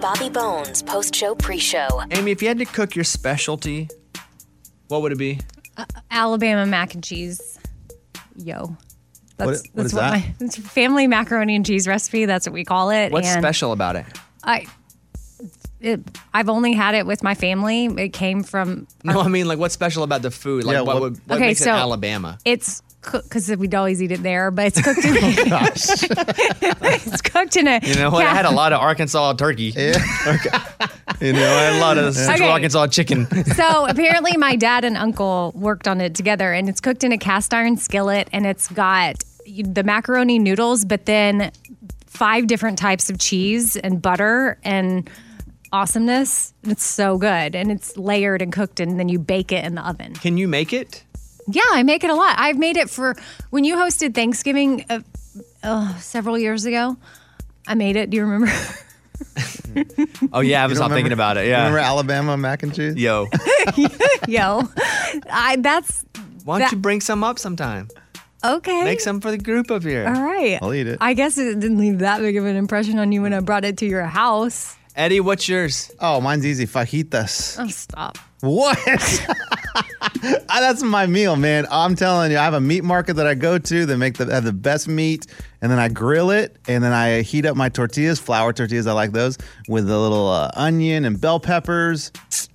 Bobby Bones post show pre show. Amy, if you had to cook your specialty, what would it be? Alabama mac and cheese. Yo. That's, What- what that's is what that? my it's family macaroni and cheese recipe. That's what we call it. What's and special about it? I, it, I've only had it with my family. It came from No, I mean like what's special about the food? Like Yeah, what, what- would what Okay, makes so- it Alabama? it's cooked because we'd always eat it there, but it's cooked in it's cooked in a Oh, You know what? I had a lot of Arkansas turkey. You know, I had a lot of. Central Okay. Arkansas chicken. So apparently, my dad and uncle worked on it together, and it's cooked in a cast iron skillet, and it's got the macaroni noodles, but then five different types of cheese and butter and awesomeness. It's so good, and it's layered and cooked, and then you bake it in the oven. Can you make it? Yeah, I make it a lot. I've made it for when you hosted Thanksgiving uh, uh, several years ago. I made it. Do you remember? Oh yeah, I was not remember- thinking about it. You Remember Yeah. Alabama mac and cheese? Yo. Yo, I that's Why don't That- you bring some up sometime? okay. Make some for the group up here. All right. I'll eat it. I guess it didn't leave that big of an impression on you when I brought it to your house. Eddie, what's yours? Oh, mine's easy. Fajitas. Oh, stop. What? Ah, That's my meal, man. I'm telling you, I have a meat market that I go to that make the have the best meat, and then I grill it, and then I heat up my tortillas, flour tortillas. I like those with a little uh, onion and bell peppers.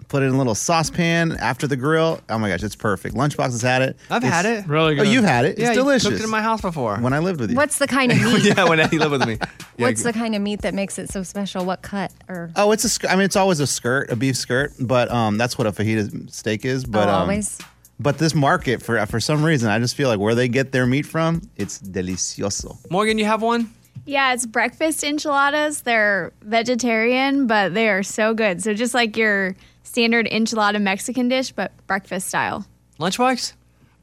Put it in a little saucepan after the grill. Oh my gosh, it's perfect. Lunchbox has had it. I've It's- had it. Really Oh, good. you've had it. Yeah, it's you delicious. Cooked it in my house before. when I lived with you. What's the kind of meat? yeah, when Eddie lived with me. Yeah, What's the kind of meat that makes it so special? What cut or Oh, it's a. sk- I mean, it's always a skirt, a beef skirt, but um, that's what a fajita steak is. But Oh, um, always? But this market for for some reason, I just feel like where they get their meat from, it's delicioso. Morgan, you have one? Yeah, it's breakfast enchiladas. They're vegetarian, but they are so good. So just like your standard enchilada Mexican dish, but breakfast style. Lunchbox?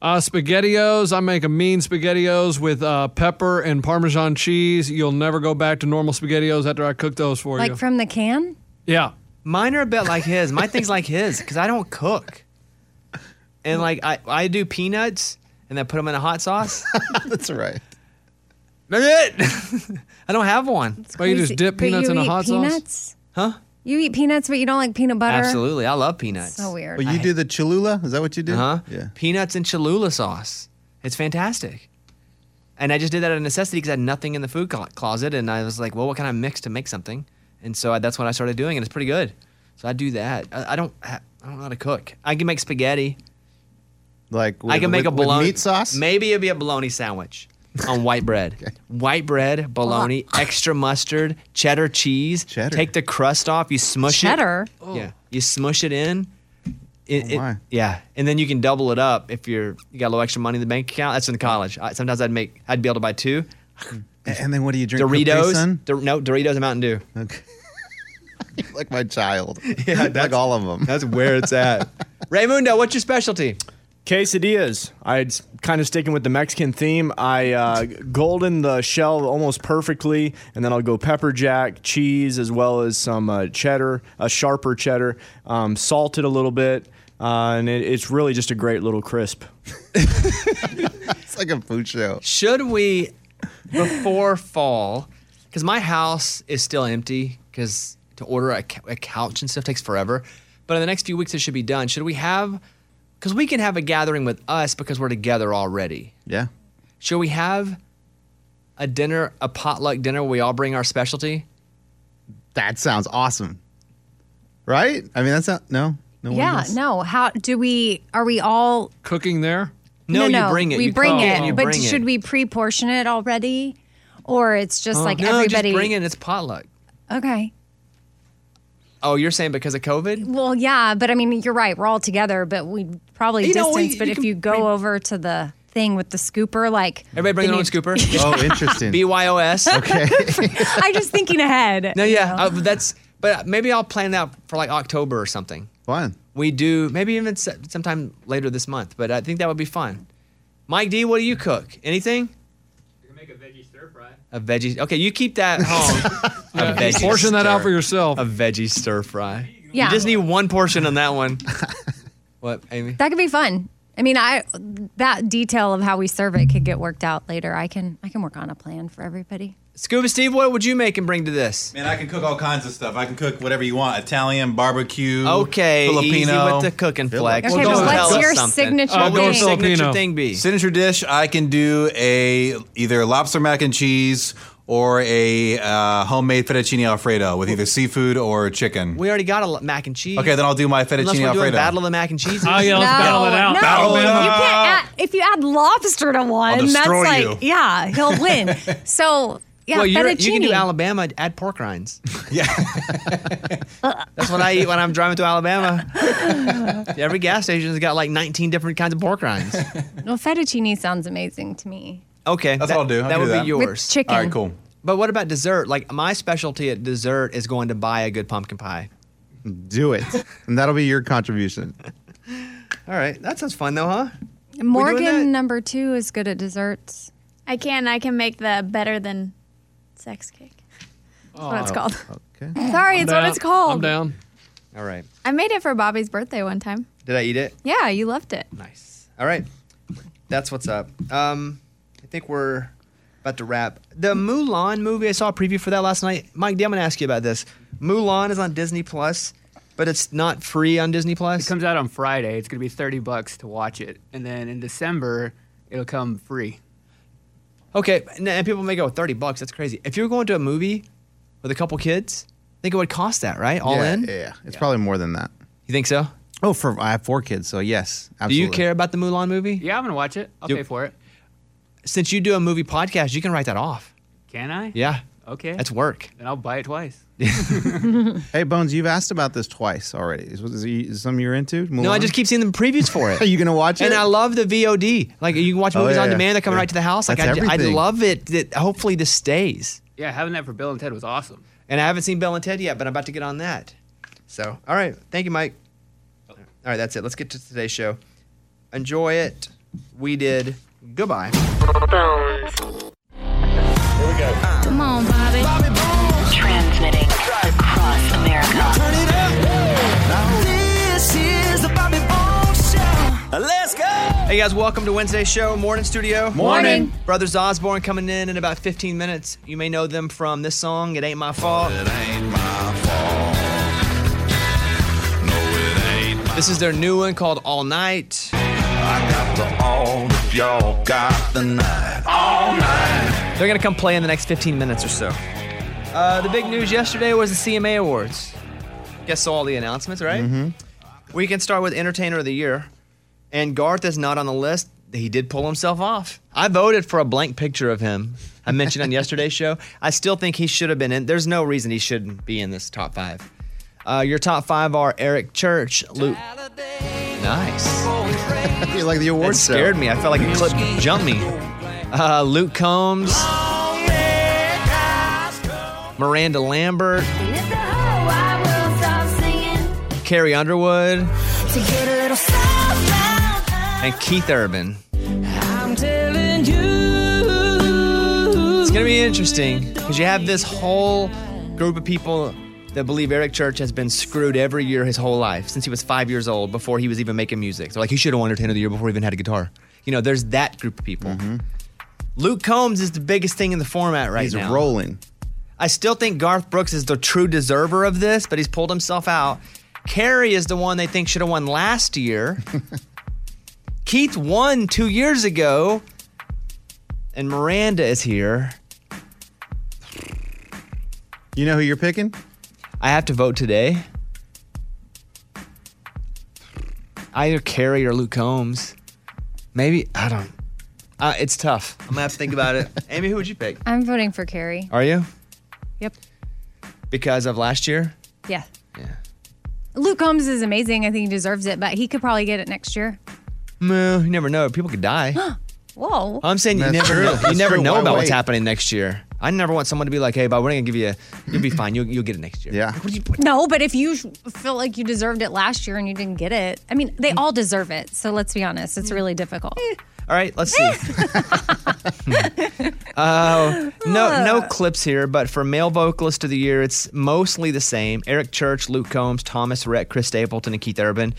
Uh, spaghettios. I make a mean spaghettios with uh, pepper and Parmesan cheese. You'll never go back to normal spaghettios after I cook those for like you. from the can? yeah. Mine are a bit like his. My thing's like his because I don't cook. And like I, I do peanuts and then put them in a hot sauce. That's right. That's it. I don't have one. It's But you just crazy. dip But peanuts you in a eat hot sauce? peanuts? Huh? You eat peanuts, but you don't like peanut butter. Absolutely. I love peanuts. So weird. But you do the Cholula? Is that what you do? Huh? Yeah. Peanuts and Cholula sauce. It's fantastic. And I just did that out of necessity because I had nothing in the food clo- closet, and I was like, "Well, what can I mix to make something?" And so I, that's when I started doing, it. it's pretty good. So I do that. I, I don't. ha- I don't know how to cook. I can make spaghetti. Like with, I can make with- a with bologna meat sauce. Maybe it'd be a bologna sandwich on white bread. White bread, bologna, extra mustard, cheddar cheese. Cheddar. Take the crust off. You smush Cheddar. it. Oh. Yeah. You smush it in. It, Oh, it- my. yeah, and then you can double it up if you're you got a little extra money in the bank account. That's in college. I, sometimes I'd make I'd be able to buy two A- And then what do you drink? Capri Doritos. Sun? Dor- no Doritos and Mountain Dew. Okay. like my child. Yeah, like that's- all of them. That's where it's at. Raymundo, what's your specialty? Quesadillas. I'd kind of sticking with the Mexican theme. I uh, golden the shell almost perfectly, and then I'll go pepper jack, cheese, as well as some uh, cheddar, a sharper cheddar, um, salted a little bit, uh, and it, it's really just a great little crisp. It's like a food show. Should we, before fall, because my house is still empty, because to order a, cou- a couch and stuff takes forever. But in the next few weeks, it should be done. Should we have, because we can have a gathering with us because we're together already. Yeah. Should we have a dinner, a potluck dinner where we all bring our specialty? That sounds awesome. Right? I mean, that's not no. No one yeah, else? no. How do we? Are we all? Cooking there. No, you bring it. We You bring cook it. and you but bring it. Oh, should we pre-portion it already, or it's just like no, everybody? just bring it. It's potluck. Okay. Oh, you're saying because of COVID? Well, yeah, but I mean, you're right. We're all together, but we probably You know, distance. we- but you if can you go over to the thing with the scooper, like Everybody bring then their own you- scooper. Oh, interesting. BYOS. Okay. I'm just thinking ahead. No, you yeah, know. uh, but that's. But maybe I'll plan that for like October or something. Fun. We do maybe even se- sometime later this month. But I think that would be fun. Mike D, what do you cook? Anything? A veggie. Okay, you keep that home. a veggie Portion that out for yourself. A veggie stir fry. Yeah. You just need one portion on that one. what, Amy? that could be fun. I mean, I that detail of how we serve it could get worked out later. I can I can work on a plan for everybody. Scuba Steve, what would you make and bring to this? Man, I can cook all kinds of stuff. I can cook whatever you want: Italian, barbecue, Okay, easy Filipino. with the cooking flex. Okay, Well, but don't what's tell your something. signature Uh, What don't would your thing? tell- signature Filipino. thing be? Signature dish. I can do a either lobster mac and cheese or a uh, homemade fettuccine alfredo with either seafood or chicken. We already got a lo- mac and cheese. Okay, then I'll do my Unless fettuccine we're doing alfredo. Battle of the Mac and Cheese. Oh, yeah, No, let's battle it out. no. Battle it you out. can't add, if you add lobster to one, that's Uh, destroy like you. yeah, he'll win. so yeah, well, you're, you can do fettuccine. Alabama. Add pork rinds. yeah, that's what I eat when I'm driving to Alabama. Every gas station's got like 19 different kinds of pork rinds. Well, fettuccine sounds amazing to me Okay, That's that- what I'll do. I that can do would that. be With yours. with chicken. All right, cool. But what about dessert? Like my specialty at dessert is going to buy a good pumpkin pie. Do it, and that'll be your contribution. All right, that sounds fun though, huh? that? Morgan number two is good at desserts. I can. I can make the better than sex cake. That's what Oh, it's called. Okay. Sorry, it's what it's called. I'm down. All right. I made it for Bobby's birthday one time. Did I eat it? Yeah, you loved it. Nice. All right. That's what's up. Um, I think we're about to wrap. The Mulan movie, I saw a preview for that last night. Mike D, I'm going to ask you about this. Mulan is on Disney Plus, but it's not free on Disney Plus. comes out on Friday. It's going to be 30 bucks to watch it. And then in December, it'll come free. Okay, and, and people may go, 30 bucks, that's crazy. If you're going to a movie with a couple kids, I think it would cost that, right? All yeah, in? Yeah, it's probably more than that. You think so? Oh, for I have four kids, so yes, Do absolutely. you care about the Mulan movie? Yeah, I'm going to watch it. I'll Yep. pay for it. Since you do a movie podcast, you can write that off. Can I? Yeah. Okay. That's work. Then I'll buy it twice. Hey, Bones, you've asked about this twice already. Is, is it something you're into? No, I Mulan? just keep seeing the previews for it. Are you gonna watch it? And I love the VOD. Like you can watch Oh, movies yeah, on yeah. demand that come Yeah. right to the house. Like I, That's j- I everything. love it. That hopefully this stays. Yeah, having that for Bill and Ted was awesome. And I haven't seen Bill and Ted yet, but I'm about to get on that. So, all right, thank you, Mike. All right, that's it. Let's get to today's show. Enjoy it. We did. Goodbye. Bones. Here we go. Come on, Bobby. Transmitting across America. Hey guys, welcome to Wednesday's show, Morning Studio. Morning. Brothers Osborne coming in in about 15 minutes. You may know them from this song, It Ain't My Fault. This is their new one called All Night. They're going to come play in the next 15 minutes or so. Uh, the big news yesterday was the CMA Awards. Guess all the announcements, right? We can start with Entertainer of the Year. And Garth is not on the list. He did pull himself off. I voted for a blank picture of him. I mentioned on yesterday's show. I still think he should have been in. There's no reason he shouldn't be in this top five. Uh, your top five are Eric Church, Luke. Nice. You like the It award show. scared me. I felt like a clip jumped me. Uh, Luke Combs. Miranda Lambert. Carrie Underwood. And Keith Urban. It's going to be interesting because you have this whole group of people that believe Eric Church has been screwed every year his whole life since he was five years old before he was even making music. So, like, he should have won Entertainer of the Year before he even had a guitar. You know, there's that group of people. Luke Combs is the biggest thing in the format right Mm-hmm. He's now. rolling. I still think Garth Brooks is the true deserver of this, but he's pulled himself out. Carrie is the one they think should have won last year. Keith won two years ago, and Miranda is here. You know who you're picking? I have to vote today. Either Carrie or Luke Combs. Maybe I don't. Uh, it's tough. I'm gonna have to think about it. Amy, who would you pick? I'm voting for Carrie. Are you? Yep. Because of last year? Yeah. Yeah. Luke Combs is amazing. I think he deserves it, but he could probably get it next year. No, you never know. People could die. Whoa. Oh, I'm saying you That's never true. know. You That's never true. know Why about what's wait? happening next year. I never want someone to be like, "Hey, but we're gonna give you. A, you'll be fine. You'll, you'll get it next year." Yeah. Like, what do you- what- no, but if you sh- feel like you deserved it last year and you didn't get it, I mean, they all deserve it. So let's be honest, it's really difficult. All right, let's see. Oh no, no clips here. But for male vocalist of the year, it's mostly the same: Eric Church, Luke Combs, Thomas Rhett, Chris Stapleton, and Keith Urban.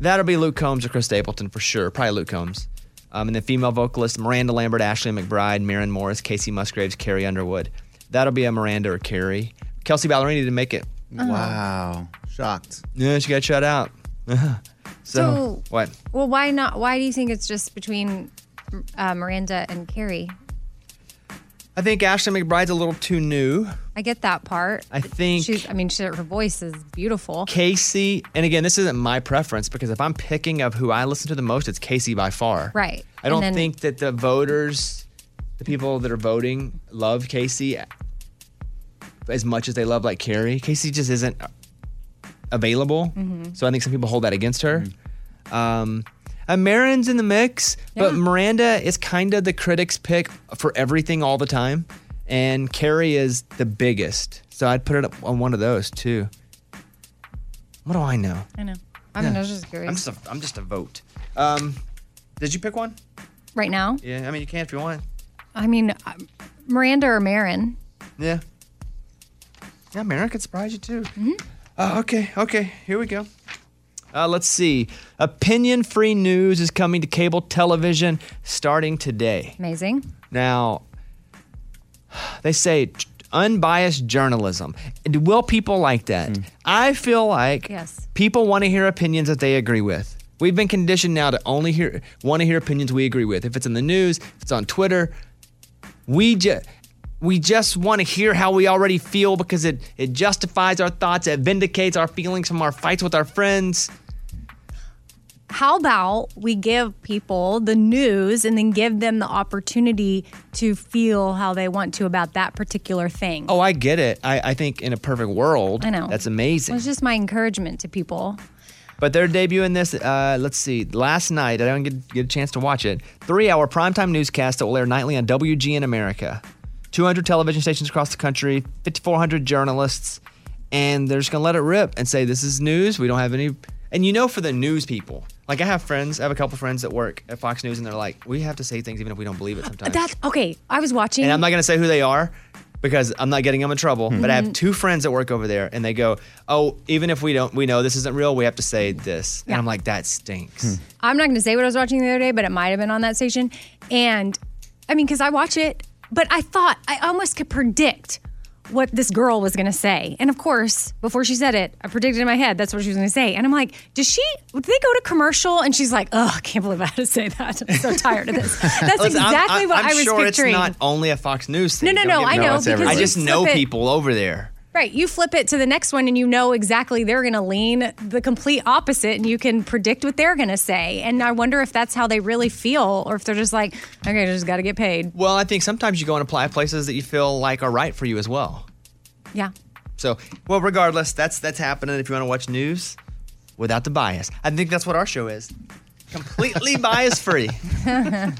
That'll be Luke Combs or Chris Stapleton for sure. Probably Luke Combs. Um, and then female vocalists Miranda Lambert, Ashley McBride, Maren Morris, Casey Musgraves, Carrie Underwood. That'll be a Miranda or Carrie. Kelsey Ballerini didn't make it. Wow. Shocked. Yeah, she got shut out. so, So- what? Well, why not? Why do you think it's just between uh, Miranda and Carrie? I think Ashley McBride's a little too new. I get that part. I think- She's, I mean, she, her voice is beautiful. Casey, and again, this isn't my preference because if I'm picking of who I listen to the most, it's Casey by far. Right. I don't And then- think that the voters, the people that are voting, love Casey as much as they love like Carrie. Casey just isn't available, Mm-hmm. Mhm. so I think some people hold that against her. Um, and Marin's in the mix, but Miranda is kind of the critics' pick for everything all the time, and Carrie is the biggest. So I'd put it up on one of those too. What do I know? I know. I mean, Yeah. I was just curious. I'm just a, I'm just a vote. Um, did you pick one? right now, Yeah, I mean you can if you want. I mean, uh, Miranda or Marin. Yeah. Yeah, Marin could surprise you too. Mm-hmm. Uh, okay, okay, here we go. Uh, let's see. Opinion free news is coming to cable television starting today. Amazing. Now, they say unbiased journalism. And Will people like that? I feel like Yes. people want to hear opinions that they agree with. We've been conditioned now to only hear want to hear opinions we agree with. If it's in the news, if it's on Twitter, we just we just want to hear how we already feel because it it justifies our thoughts, it vindicates our feelings from our fights with our friends. How about we give people the news and then give them the opportunity to feel how they want to about that particular thing? Oh, I get it. I, I think in a perfect world, I know. that's amazing. Well, it's just my encouragement to people. But they're debuting this, uh, let's see, last night. I didn't get, get a chance to watch it. Three hour primetime newscast that will air nightly on WGN America. 200 television stations across the country, 5,400 journalists, and they're just going to let it rip and say, this is news. We don't have any. And you know, for the news people, like I have friends, I have a couple friends that work at Fox News, and they're like, we have to say things even if we don't believe it sometimes. That's okay. I was watching. And I'm not going to say who they are because I'm not getting them in trouble. But I have Mhm. two friends that work over there, and they go, "Oh, even if we don't, we know this isn't real. We have to say this." And I'm like, "That stinks." I'm not going to say what I was watching the other day, but it might have been on that station. And I mean, because I watch it, but I thought I almost could predict what this girl was going to say. And of course, before she said it, I predicted in my head that's what she was going to say. And I'm like, does she, did they go to commercial? And she's like, oh, I can't believe I had to say that. I'm so tired of this. That's Listen, I'm- exactly I'm, what I'm i was sure picturing. it's not only a Fox News thing. No, no, Don't get no, I me know, wrong. because I you just know flip it- people over there. Right. You flip it to the next one and you know exactly they're going to lean the complete opposite and you can predict what they're going to say. And I wonder if that's how they really feel or if they're just like, okay, I just got to get paid. Well, I think sometimes you go and apply places that you feel like are right for you as well. Yeah. So, well, regardless, that's that's happening. If you want to watch news without the bias, I think that's what our show is. Completely bias free.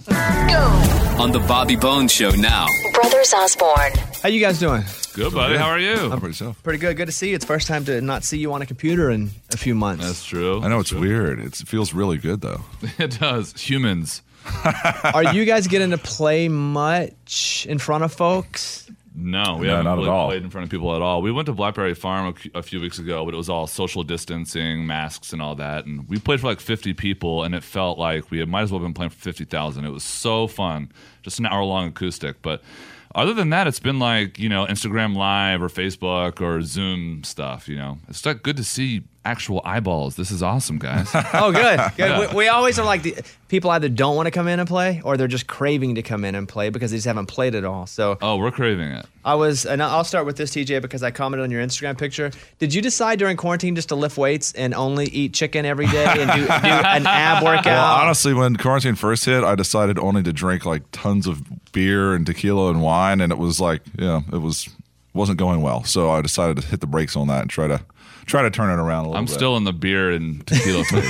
On the Bobby Bones Show now. Brothers Osborne. How you guys doing? Good, buddy. How are you? How about yourself? Pretty good. Good to see you. It's first time to not see you on a computer in a few months. That's true. I know it's weird. It's, it feels really good though. It does. Humans. Are you guys getting to play much in front of folks? No, we No, haven't not at really all. played in front of people at all. We went to Blackberry Farm a c- a, few weeks ago, but it was all social distancing, masks, and all that. And we played for like 50 people, and it felt like we had- might as well have been playing for 50,000. It was so fun, just an hour long acoustic. But other than that, it's been like, you know, Instagram Live or Facebook or Zoom stuff, you know. It's like good to see actual eyeballs. This is awesome, guys. Oh, good. good. Yeah. We, we always are like the people either don't want to come in and play, or they're just craving to come in and play because they just haven't played at all. So, oh, we're craving it. I was, and I'll start with this, TJ, because I commented on your Instagram picture. Did you decide during quarantine just to lift weights and only eat chicken every day and do, do an ab workout? Well, honestly, when quarantine first hit, I decided only to drink like tons of beer and tequila and wine, and it was like, yeah, it was wasn't going well. So I decided to hit the brakes on that and try to try to turn it around a little. I'm bit. still in the beer and tequila phase.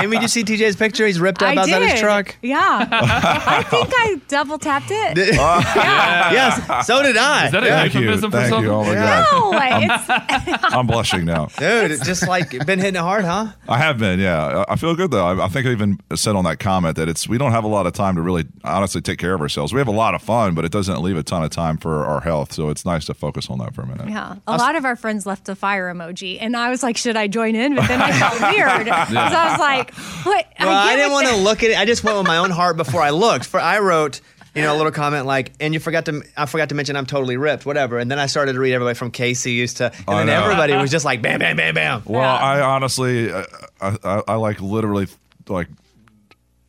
Amy, did you see TJ's picture? He's ripped up I outside did. his truck. Yeah. I think I double tapped it. Yes, so did I. Is that a Yeah. euphemism for Thank you. something? Oh my Yeah. god, No, it's, I'm blushing now. Dude, it's just like been hitting it hard, huh? I have been, yeah. I I feel good though. I, I think I even said on that comment that it's we don't have a lot of time to really honestly take care of ourselves. We have a lot of fun, but it doesn't leave a ton of time for our health. So it's nice to focus on that for a minute. yeah. A lot of our friends left the fire emoji. And I was like, should I join in? But then I felt weird. Yeah. So I was like, what? Well, I, get didn't what want the- to look at it. I just went with my own heart before I looked. For I wrote, you know, a little comment like, "And you forgot to, I forgot to mention I'm totally ripped, whatever." And then I started to read everybody from Casey used to, and I then know. everybody was just like, "Bam, bam, bam, bam." Well, I honestly, I, I, I, I like literally like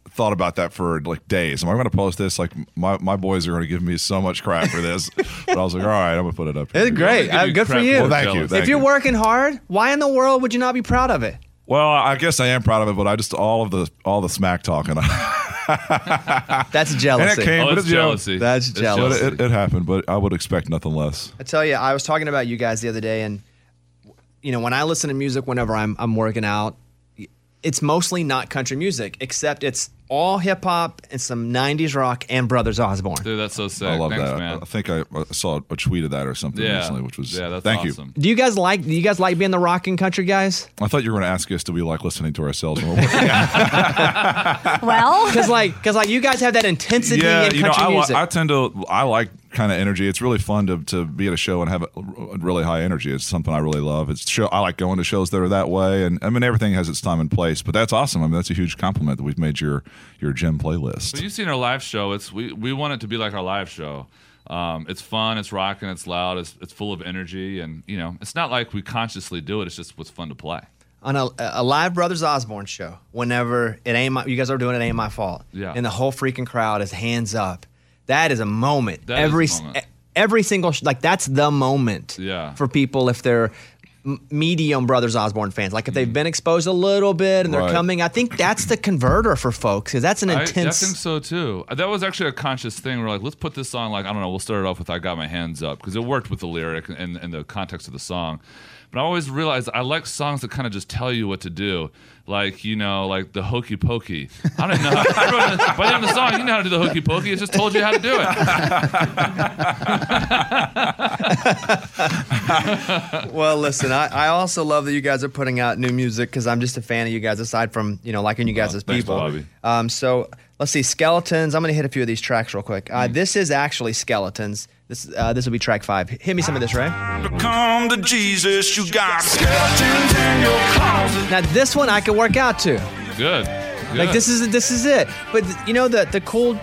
thought about that for like days. Am I going to post this? Like my, my boys are going to give me so much crap for this. but I was like, all right, I'm going to put it up. It's here. great. Uh, good for you. Well, thank you. Thank if you're you. working hard, why in the world would you not be proud of it? Well, I guess I am proud of it, but I just all of the all the smack talking. That's jealousy. And it came, Oh, but it's it, you know, jealousy. That's It's jealousy. But It, it happened, but I would expect nothing less. I tell you, I was talking about you guys the other day, and you know, when I listen to music whenever I'm I'm working out, it's mostly not country music, except it's all hip hop and some '90s rock and Brothers Osborne. Dude, that's so sick. I love Thanks, that. Uh, man. I- I think I I saw a tweet of that or something Yeah. recently, which was Yeah, that's thank awesome. you. Do you guys like do you guys like being the rock and country guys? I thought you were going to ask us do we like listening to ourselves when we're working out. Well, because like because like you guys have that intensity in country you know, I, li- music. I tend to I like kind of energy. It's really fun to, to be at a show and have a, a really high energy. It's something I really love. It's show I like going to shows that are that way, and I mean everything has its time and place. But that's awesome. I mean that's a huge compliment that we've made your your gym playlist. But you've seen our live show. It's we, we want it to be like our live show. Um, it's fun, it's rocking, it's loud, it's, it's full of energy, and you know, it's not like we consciously do it. It's just what's fun to play. on a, a live Brothers Osborne show, whenever it ain't my, you guys are doing it ain't my fault. Yeah. And the whole freaking crowd is hands up. That is a moment. That is every a s- moment. e- every single sh- like that's the moment. Yeah. For people if they're m- medium Brothers Osborne fans, like if they've been exposed a little bit and they're Mm. Right. coming, I think that's the converter for folks because that's an I- intense. I, think so too. That was actually a conscious thing. We're like, let's put this song like I don't know. We'll start it off with "I Got My Hands Up" because it worked with the lyric and, and the context of the song. But I always realized I like songs that kind of just tell you what to do, like you know, like the hokey pokey. I don't know. Everyone, by the end of the song, you know how to do the hokey pokey. It just told you how to do it. well, listen, I, I also love that you guys are putting out new music because I'm just a fan of you guys. Aside from you know liking you guys as thanks, people, Bobby. Um, so let's see, skeletons. I'm gonna hit a few of these tracks real quick. Uh, Mm. This is actually skeletons. This uh, this will be track five. Hit me some of this, right? Come to Jesus, you got skeletons in your closet. Now this one I can work out to. Good. Like Good. this is this is it. But th- you know the the cool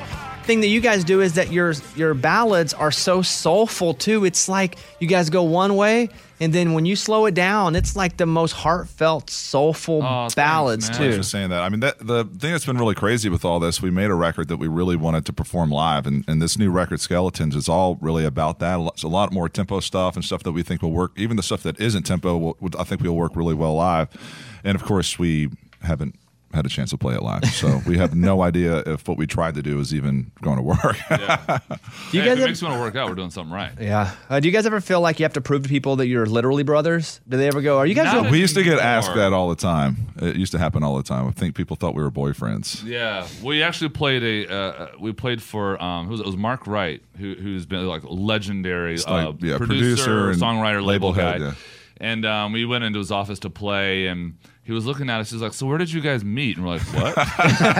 thing that you guys do is that your your ballads are so soulful too. It's like you guys go one way and then when you slow it down, it's like the most heartfelt, soulful ballads Thanks, man. I was too. just saying that. I mean, that, the thing that's been really crazy with all this, we made a record that we really wanted to perform live, and, and this new record, Skeletons, is all really about that. It's a lot more tempo stuff and stuff that we think will work. Even the stuff that isn't tempo, will, would- I think will work really well live. And of course, we haven't had a chance to play it live, so we have no idea if what we tried to do is even going to work. Do you you hey, guys guys if it have- makes you want to work out, we're doing something right. Yeah. Uh, do you guys ever feel like you have to prove to people that you're literally brothers? Do they ever go, "Are you guys?" real-" we used to get asked that all the time. It used to happen all the time. I think people thought we were boyfriends. Yeah, we actually played a uh, we played for um who was it? It was Mark Wright who who's been like legendary It's like, uh, yeah, producer, producer and songwriter, label, label guy. head, yeah. And um, we went into his office to play, and he was looking at us. He's like, "So where did you guys meet?" And we're like, "What?"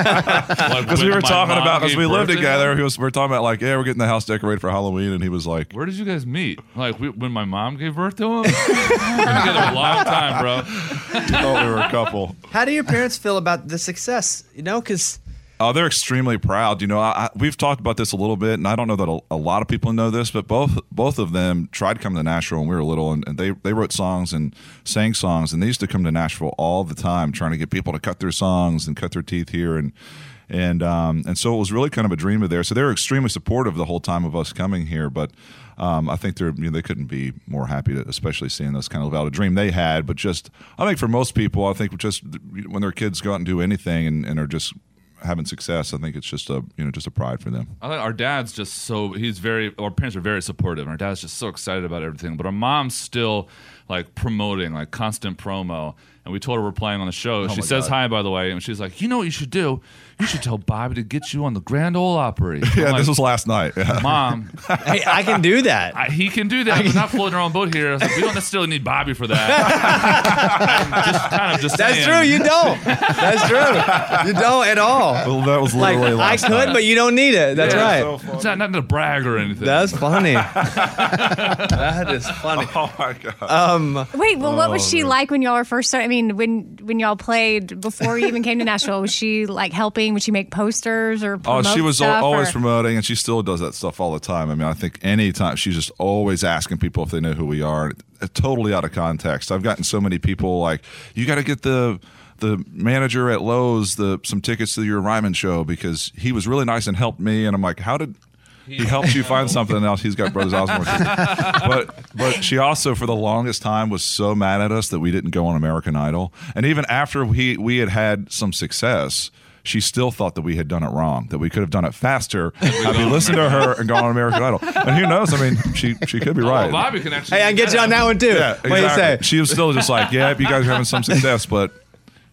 Because we were talking about because we lived together. He was, we were talking about like, yeah, we're getting the house decorated for Halloween, and he was like, Where did you guys meet? Like we, when my mom gave birth to him. We've been together a long time, bro. thought we were a couple. How do your parents feel about the success? You know, because Oh, they're extremely proud. You know, I, I, we've talked about this a little bit, and I don't know that a, a lot of people know this, but both both of them tried to come to Nashville when we were little, and, and they they wrote songs and sang songs, and they used to come to Nashville all the time, trying to get people to cut their songs and cut their teeth here, and and um, and so it was really kind of a dream of theirs. So they were extremely supportive the whole time of us coming here, but. Um, I think they're you know, they couldn't be more happy to, especially seeing us kind of live out a dream they had. But just I think for most people, I think just when their kids go out and do anything and, and are just having success, I think it's just a you know just a pride for them. I think our dad's just so he's very our parents are very supportive and our dad's just so excited about everything but our mom's still like promoting like constant promo and we told her we're playing on the show. Oh she my says God. hi, by the way, and she's like, "You know what you should do? You should tell Bobby to get you on the Grand Ole Opry." I'm yeah, like, this was last night. Yeah. Mom, hey, I can do that. I, he can do that. We're not floating our own boat here. I was like, we don't necessarily need Bobby for that. I'm just kind of just That's saying. true. You don't. That's true. You don't at all. Well, that was like literally last I could, night. but you don't need it. That's Yeah. right. it's not nothing to brag or anything. That's funny. that is funny. Oh my god. Um, Wait, well, what was Oh, she man. like when y'all were first started? I mean, when when y'all played before you even came to Nashville, was she like helping? Would she make posters or Oh, promote she was al stuff, always or- promoting, and she still does that stuff all the time. I mean, I think anytime she's just always asking people if they know who we are, and it- totally out of context. I've gotten so many people like, "You got to get the the manager at Lowe's the some tickets to your Ryman show because he was really nice and helped me." And I'm like, "How did?" He helped you find something else. He's got Brothers Osborne. but but she also for the longest time was so mad at us that we didn't go on American Idol. And even after we we had had some success, she still thought that we had done it wrong, that we could have done it faster. I'd be listening to her and gone on American Idol. And who knows? I mean, she she could be Oh, right. Bobby can actually. hey, I can get you on that one too. Yeah, What do you say? exactly. She was still just like, yeah, you guys are having some success, but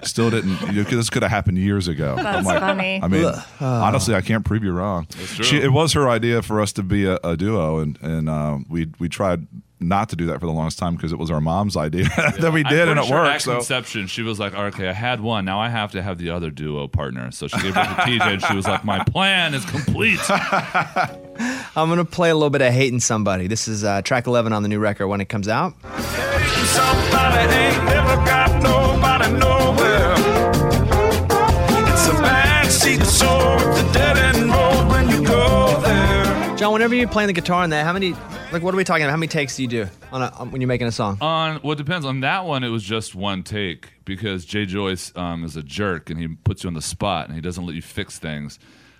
still didn't. You know, 'cause this could have happened years ago. That's like, funny. I mean, Ugh. honestly, I can't prove you wrong. true. She, it was her idea for us to be a, a duo, and and uh, we we tried not to do that for the longest time because it was our mom's idea that we I'm did, and pretty it sure worked. At So. conception, she was like, "Okay, I had one. Now I have to have the other duo partner." So she gave her to TJ, and she was like, "My plan is complete." I'm gonna play a little bit of "Hating Somebody." This is uh, track 11 on the new record when it comes out. Somebody ain't never got nobody nowhere. It's a bad seat sore at the dead end road when you go there. John, whenever you're playing the guitar in that, how many like what are we talking about? How many takes do you do on a, on- when you're making a song? on well, it depends. On that one, it was just one take because Jay Joyce um, is a jerk and he puts you on the spot and he doesn't let you fix things.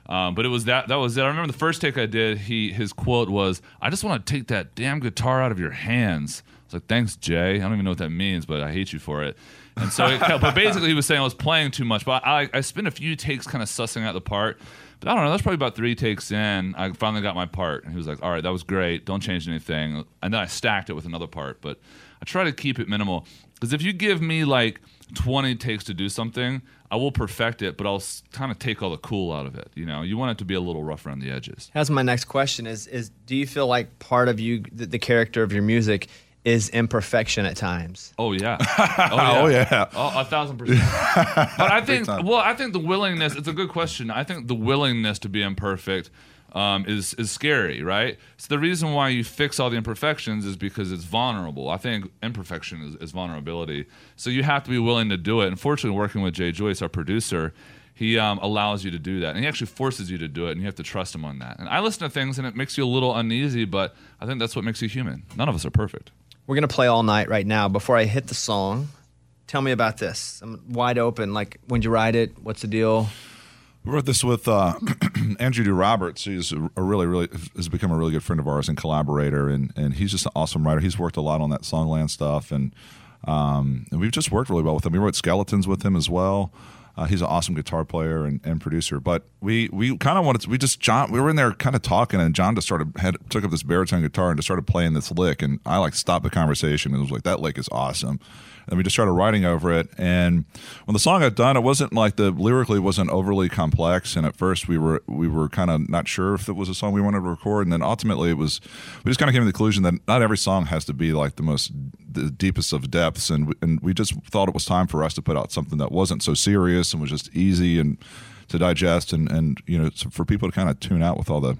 Um, but it was that that was it. I remember the first take I did. He his quote was, "I just want to take that damn guitar out of your hands." I was like, "Thanks, Jay. I don't even know what that means, but I hate you for it." And so, it, but basically, he was saying I was playing too much. But I, I spent a few takes kind of sussing out the part. But I don't know. That's probably about three takes in. I finally got my part, and he was like, "All right, that was great. Don't change anything." And then I stacked it with another part. But I try to keep it minimal because if you give me like 20 takes to do something, I will perfect it, but I'll kind of take all the cool out of it. You know, you want it to be a little rough around the edges. That's my next question. Is is do you feel like part of you, the, the character of your music, is imperfection at times? Oh yeah. Oh, yeah. Oh, a thousand percent. but I think, well, I think the willingness. It's a good question. I think the willingness to be imperfect um, is is scary, right? So the reason why you fix all the imperfections is because it's vulnerable. I think imperfection is, is vulnerability. So you have to be willing to do it. And fortunately, working with Jay Joyce, our producer. He um, allows you to do that, and he actually forces you to do it, and you have to trust him on that. And I listen to things, and it makes you a little uneasy, but I think that's what makes you human. None of us are perfect. We're gonna play all night right now. Before I hit the song, tell me about this. I'm wide open. Like when'd you write it? What's the deal? We wrote this with uh, Andrew D. Roberts, who's a a really, really has become a really good friend of ours and collaborator, and and he's just an awesome writer. He's worked a lot on that Songland stuff, and um, and we've just worked really well with him. We wrote Skeletons with him as well. Uh, he's an awesome guitar player and, and producer. But we we kind of wanted to, we just John we were in there kind of talking, and John just started had took up this baritone guitar and just started playing this lick, and I like stopped the conversation and was like, that lick is awesome. And we just started writing over it. And when the song got done, it wasn't like the lyrically wasn't overly complex. And at first we were we were kind of not sure if it was a song we wanted to record. And then ultimately it was we just kind of came to the conclusion that not every song has to be like the most the deepest of depths. And we, and we just thought it was time for us to put out something that wasn't so serious and was just easy and to digest and and you know so for people to kind of tune out with all the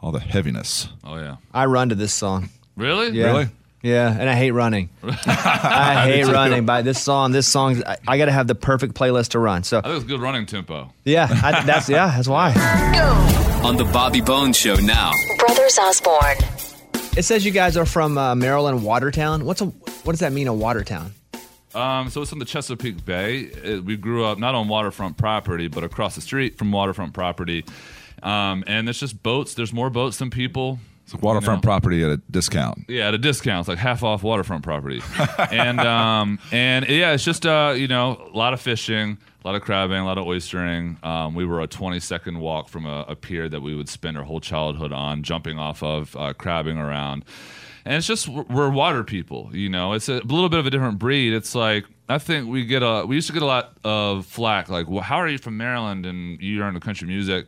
all the heaviness. Oh yeah. I run to this song. Really? Yeah. Yeah, and I hate running. I Me hate too. running. By this song, this song, I, I got to have the perfect playlist to run. So I think it's good running tempo. yeah, I, that's yeah, that's why. On the Bobby Bones Show now. Brothers Osborne. It says you guys are from uh, Maryland, Watertown. What's a what does that mean, a Watertown? Um, so it's on the Chesapeake Bay. Uh we grew up not on waterfront property, but across the street from waterfront property. Um, and it's just boats. There's more boats than people. It's like waterfront property at a discount. Yeah, at a discount, it's like half off waterfront property, and um, and yeah, it's just uh, you know, a lot of fishing, a lot of crabbing, a lot of oystering. Um, we were a 20 second walk from a, a pier that we would spend our whole childhood on, jumping off of, uh, crabbing around, and it's just we're we're water people, you know. It's a little bit of a different breed. It's like I think we get a. We used to get a lot of flack, like, well, "How are you from Maryland and you're into country music?"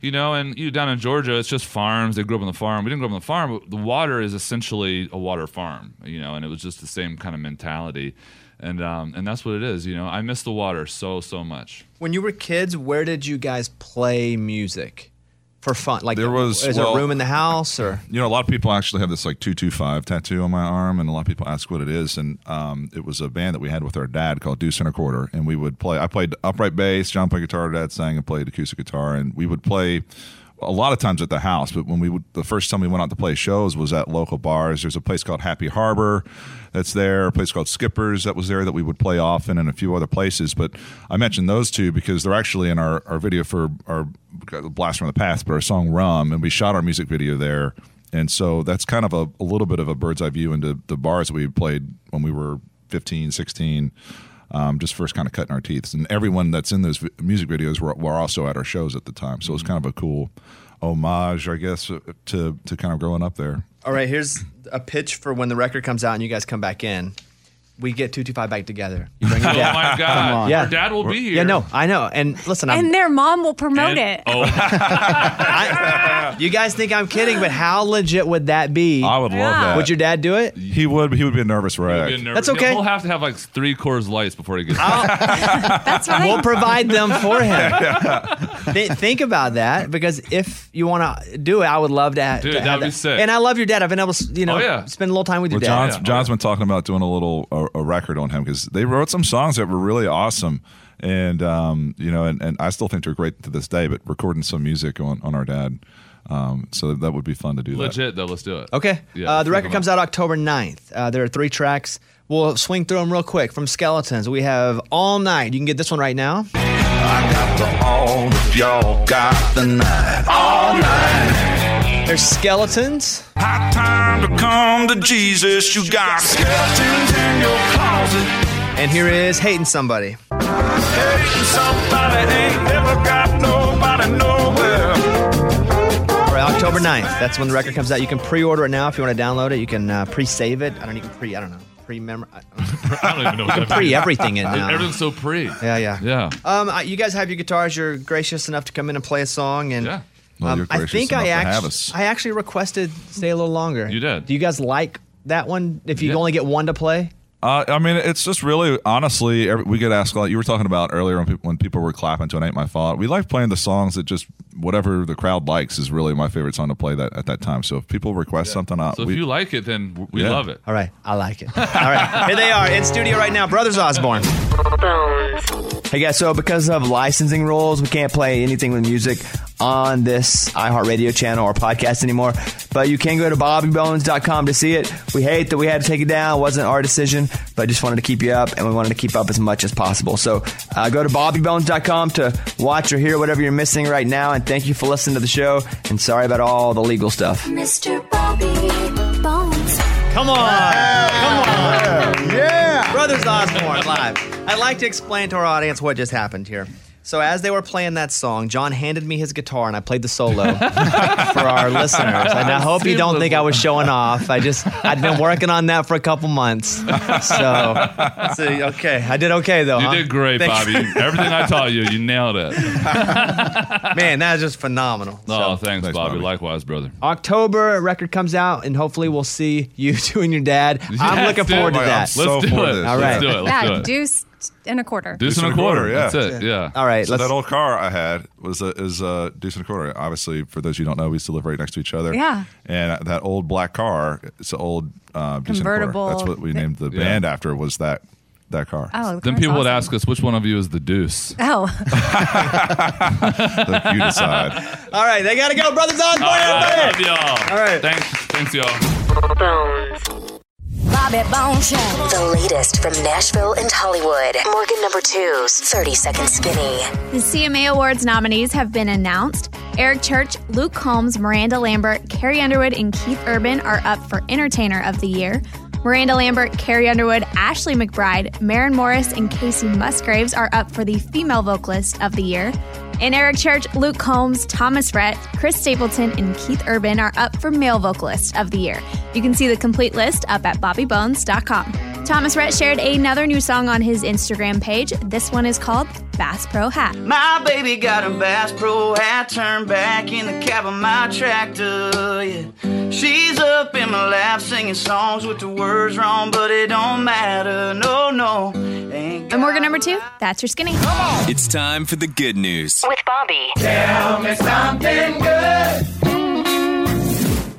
You know, and you down in Georgia, it's just farms. They grew up on the farm. We didn't grow up on the farm, but the water is essentially a water farm. You know, and it was just the same kind of mentality, and um, and that's what it is. You know, I miss the water so so much. When you were kids, where did you guys play music for fun? Like uh, There was- is well- a room in the house or You know, a lot of people actually have this like 225 tattoo on my arm, and a lot of people ask what it is. And um, it was a band that we had with our dad called Deuce Center Quarter. And we would play, I played upright bass, John played guitar, dad sang and played acoustic guitar. And we would play a lot of times at the house, but when we would, the first time we went out to play shows was at local bars. There's a place called Happy Harbor that's there, a place called Skippers that was there that we would play often, and a few other places. But I mentioned those two because they're actually in our, our video for our Blast from the Past, but our song Rum, and we shot our music video there. And so that's kind of a, a little bit of a bird's eye view into the bars that we played when we were 15, 16 um, just first kind of cutting our teeth. And everyone that's in those vi- music videos were, were also at our shows at the time. So it was Mm-hmm. kind of a cool homage, I guess, uh, to, to kind of growing up there. All right, here's a pitch for when the record comes out and you guys come back in. We get two two five back together. You bring Oh your dad. my God. Come on. Your dad will be Yeah, here. oh. no, I know. And listen, I'm, and their mom will promote it. oh, you guys think I'm kidding, but how legit would that be? I would love Yeah. that. Would your dad do it? He would, but he would be a nervous wreck. Getting nervous. That's okay. He'll have to have like three Coors Lights before he gets. Ah. That's right. We'll provide them for him. Th- think about that because if you want to do it, I would love to. Ha- Dude, to that have would be sick. And I love your dad. I've been able to, you know, Oh, yeah. spend a little time with Well, your dad. John's, John's been talking about doing a little a, a record on him because they wrote some songs that were really awesome, and um, you know, and, and I still think they're great to this day. But recording some music on on our dad, um, so that would be fun to do. that. Legit though, let's do it. Okay. Yeah, uh, the freak record him comes out October 9th. Uh, there are three tracks. We'll swing through them real quick. From Skeletons, we have All Night. You can get this one right now. All of y'all got the night. All night. There's skeletons. High time to come to Jesus. You got skeletons in your closet. And here is Hating Somebody. Hating somebody ain't never got nobody nowhere. All right, October 9th. That's when the record comes out. You can pre-order it now if you want to download it. You can uh, pre-save it. I don't even pre. I don't know. Pre-memor. I- I don't even know. You can what that pre means. everything in now. Everything's so pre. Yeah, yeah, yeah. Um, I- you guys have your guitars. You're gracious enough to come in and play a song, and Well, um, you're I gracious think I enough to have actually us. I actually requested stay a little longer. You did. Do you guys like that one? If you only get one to play, Uh, I mean, it's just really honestly, every, we get asked a lot. You were talking about earlier when people, when people were clapping to an "Ain't My Fault." We like playing the songs that just whatever the crowd likes is really my favorite song to play that at that time. So if people request something, uh, So if we, you like it, then w- we Yeah. love it. All right, I like it. All right, here they are in studio right now, Brothers Osborne. Hey guys, so because of licensing rules, we can't play anything with music on this iHeartRadio channel or podcast anymore. But you can go to bobbybones.com to see it. We hate that we had to take it down. It wasn't our decision, but just wanted to keep you up and we wanted to keep up as much as possible. So uh, go to bobbybones.com to watch or hear whatever you're missing right now. And thank you for listening to the show. And sorry about all the legal stuff. Mr. Bobby Bones. Come on. Come on. Yeah. Brothers Osborne live. I'd like to explain to our audience what just happened here. So as they were playing that song, John handed me his guitar and I played the solo for our listeners. And I hope you don't think I was showing off. I just I'd been working on that for a couple months. So, so, okay, I did okay though. You huh? did great, Thank- Bobby. Everything I taught you, you nailed it. Man, that was just phenomenal. Oh, thanks, Bobby. Likewise, brother. October a record comes out, and hopefully we'll see you two and your dad. I'm Yes, looking dude. forward to Oh my that. God, I'm so Let's do forward to it. this. All right. Let's do it. Let's yeah, deuce and a quarter. Deuce and a quarter. That's it. Yeah. All right, So let's- that old car I had was a, is a deuce and a quarter. Obviously, for those you who don't know, we used to live right next to each other. Yeah. And that old black car, it's an old uh, deuce and a quarter. Convertible. That's what we named the Yeah. band after. Was that that car? Oh, the then car's people would ask us, which one of you is the deuce? Oh, you decide. All right, they gotta go, brothers on board, everybody. Love y'all. All right. Thanks, thanks, y'all. Bobby Bones Show. The latest from Nashville and Hollywood. Morgan number two's 30 Second Skinny. The CMA Awards nominees have been announced. Eric Church, Luke Combs, Miranda Lambert, Carrie Underwood, and Keith Urban are up for Entertainer of the Year. Miranda Lambert, Carrie Underwood, Ashley McBride, Maren Morris, and Casey Musgraves are up for the Female Vocalist of the Year. And Eric Church, Luke Combs, Thomas Rhett, Chris Stapleton, and Keith Urban are up for Male Vocalist of the Year. You can see the complete list up at bobbybones.com. Thomas Rhett shared another new song on his Instagram page. This one is called Bass Pro Hat. My baby got a Bass Pro hat turned back in the cab of my tractor. Yeah. She's up in my lap singing songs with the words wrong, but it don't matter. No, no. And Morgan number two, that's your skinny. It's time for the good news. With Bobby. Tell me something good.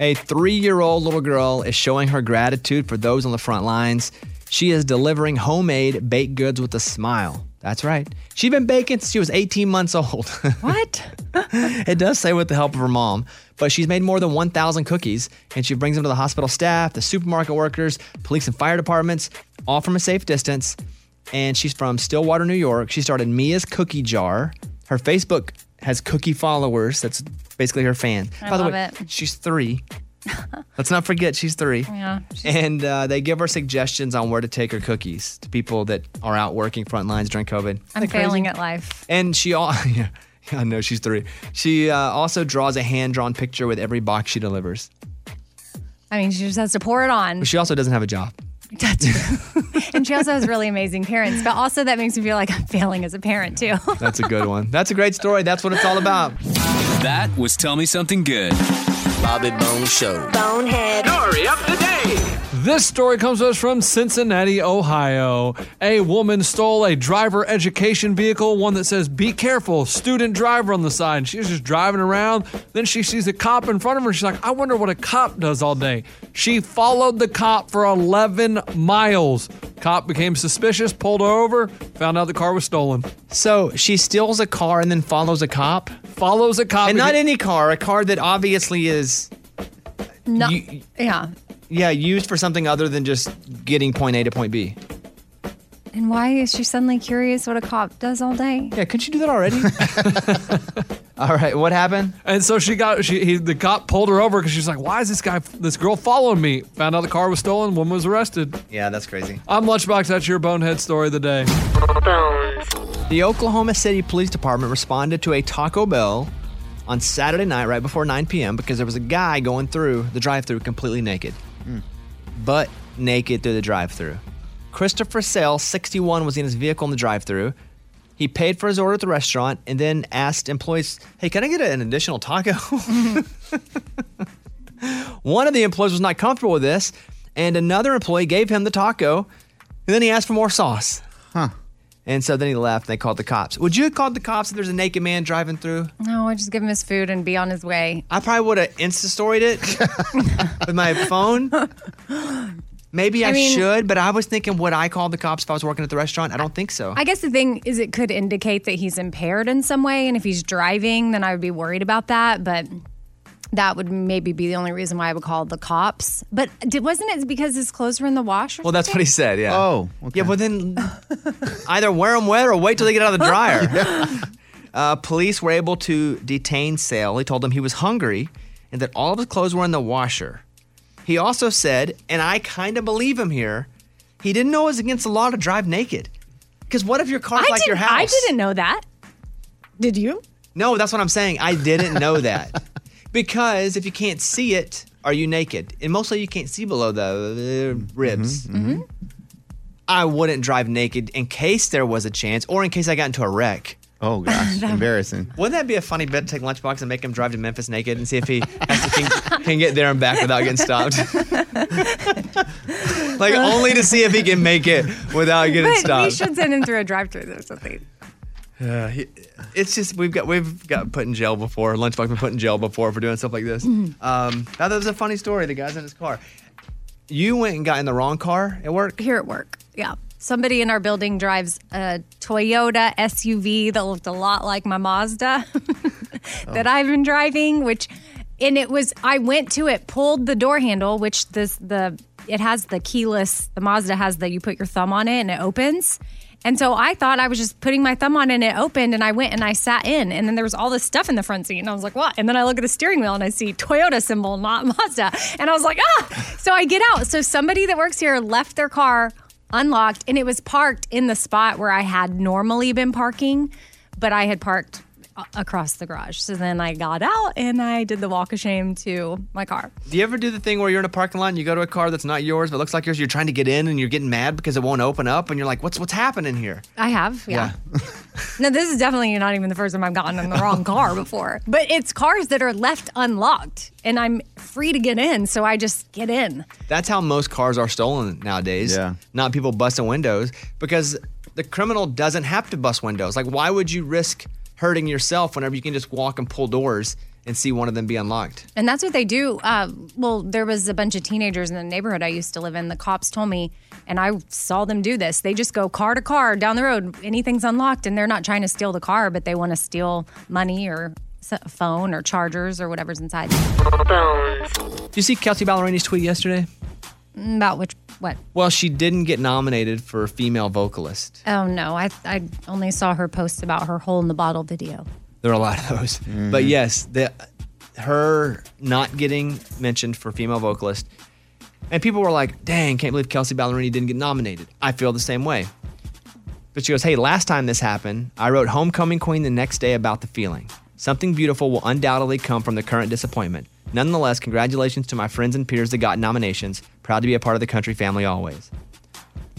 A three year old little girl is showing her gratitude for those on the front lines. She is delivering homemade baked goods with a smile. That's right. She's been baking since she was 18 months old. What? it does say with the help of her mom, but she's made more than 1,000 cookies and she brings them to the hospital staff, the supermarket workers, police and fire departments, all from a safe distance. And she's from Stillwater, New York. She started Mia's Cookie Jar. Her Facebook has cookie followers. That's basically her fans. I By the love way, it. she's three. Let's not forget she's three. Oh, Yeah. And uh, they give her suggestions on where to take her cookies to people that are out working front lines during COVID. Isn't I'm that crazy? failing at life. And she all yeah, I know she's three. She uh, also draws a hand drawn picture with every box she delivers. I mean, she just has to pour it on. But she also doesn't have a job. and she also has really amazing parents. But also, that makes me feel like I'm failing as a parent, too. That's a good one. That's a great story. That's what it's all about. That was Tell Me Something Good. Bobby Bone Show. Bonehead. Story of the day. This story comes to us from Cincinnati, Ohio. A woman stole a driver education vehicle, one that says, Be careful, student driver on the side. She was just driving around. Then she sees a cop in front of her. She's like, I wonder what a cop does all day. She followed the cop for 11 miles. Cop became suspicious, pulled her over, found out the car was stolen. So she steals a car and then follows a cop? Follows a cop. and not beca- any car, a car that obviously is no. yeah. yeah, used for something other than just getting point A to point B. And why is she suddenly curious what a cop does all day? Yeah, couldn't you do that already? All right, what happened? And so she got she he, the cop pulled her over because she's like, "Why is this guy this girl following me?" Found out the car was stolen. Woman was arrested. Yeah, that's crazy. I'm Lunchbox. That's your bonehead story of the day. The Oklahoma City Police Department responded to a Taco Bell on Saturday night right before 9 p.m. because there was a guy going through the drive-through completely naked. But naked through the drive-through. Christopher Sale, 61, was in his vehicle in the drive-through. He paid for his order at the restaurant and then asked employees, "Hey, can I get an additional taco?" One of the employees was not comfortable with this, and another employee gave him the taco, and then he asked for more sauce. Huh. And so then he left. And they called the cops. Would you have called the cops if there's a naked man driving through? No, I just give him his food and be on his way. I probably would have insta storied it with my phone. Maybe I, I mean- should, but I was thinking, would I call the cops if I was working at the restaurant? I don't think so. I guess the thing is, it could indicate that he's impaired in some way. And if he's driving, then I would be worried about that. But that would maybe be the only reason why I would call the cops. But did, wasn't it because his clothes were in the wash? Or well, that's what he said. Yeah. Oh. Yeah, but then either wear them wet or wait till they get out of the dryer. Uh, police were able to detain Sale. He told them he was hungry and that all of his clothes were in the washer. He also said, and I kind of believe him here, he didn't know it was against the law to drive naked. Because what if your car's I like your didn't- house? I didn't know that. Did you? No, that's what I'm saying. I didn't know that. because if you can't see it, are you naked? And mostly you can't see below the uh, ribs. Mm-hmm, I wouldn't drive naked in case there was a chance or in case I got into a wreck. Oh gosh, embarrassing. Wouldn't that be a funny bet to take Lunchbox and make him drive to Memphis naked and see if he has to- can, can get there and back without getting stopped? like only to see if he can make it without getting but stopped. we should send him through a drive-through or something. Yeah, he- it's just we've got we've got put in jail before. Lunchbox been put in jail before for doing stuff like this. Um, Mhm. now that was a funny story. The guy's in his car. You went and got in the wrong car at work. Here at work, yeah. Somebody in our building drives a Toyota SUV that looked a lot like my Mazda Oh. that I've been driving, which and it was I went to it, pulled the door handle, which this the it has the keyless, the Mazda has the you put your thumb on it and it opens. And so I thought I was just putting my thumb on it and it opened and I went and I sat in and then there was all this stuff in the front seat and I was like, what? And then I look at the steering wheel and I see Toyota symbol, not Mazda. And I was like, ah. So I get out. So somebody that works here left their car unlocked and it was parked in the spot where I had normally been parking, but I had parked a- across the garage. So then I got out and I did the walk of shame to my car. Do you ever do the thing where you're in a parking lot and you go to a car that's not yours but looks like yours? You're trying to get in and you're getting mad because it won't open up, and you're like, "What's what's happening here?" I have, yeah. No, this is definitely not even the first time I've gotten in the wrong car before. But it's cars that are left unlocked and I'm free to get in. So I just get in. That's how most cars are stolen nowadays. Yeah. Not people busting windows because the criminal doesn't have to bust windows. Like, why would you risk hurting yourself whenever you can just walk and pull doors and see one of them be unlocked? And that's what they do. Uh, well, there was a bunch of teenagers in the neighborhood I used to live in. The cops told me, and I saw them do this. They just go car to car down the road. Anything's unlocked, and they're not trying to steal the car, but they want to steal money or s- a phone or chargers or whatever's inside. Did you see Kelsey Ballerini's tweet yesterday? Mm, About which, what? Well, she didn't get nominated for female vocalist. Oh no, I, I only saw her post about her hole in the bottle video. There are a lot of those. But yes, the her not getting mentioned for female vocalist, and people were like, "Dang, can't believe Kelsey Ballerini didn't get nominated." I feel the same way. But she goes, "Hey, last time this happened, I wrote Homecoming Queen the next day about the feeling. Something beautiful will undoubtedly come from the current disappointment. Nonetheless, congratulations to my friends and peers that got nominations. Proud to be a part of the country family always."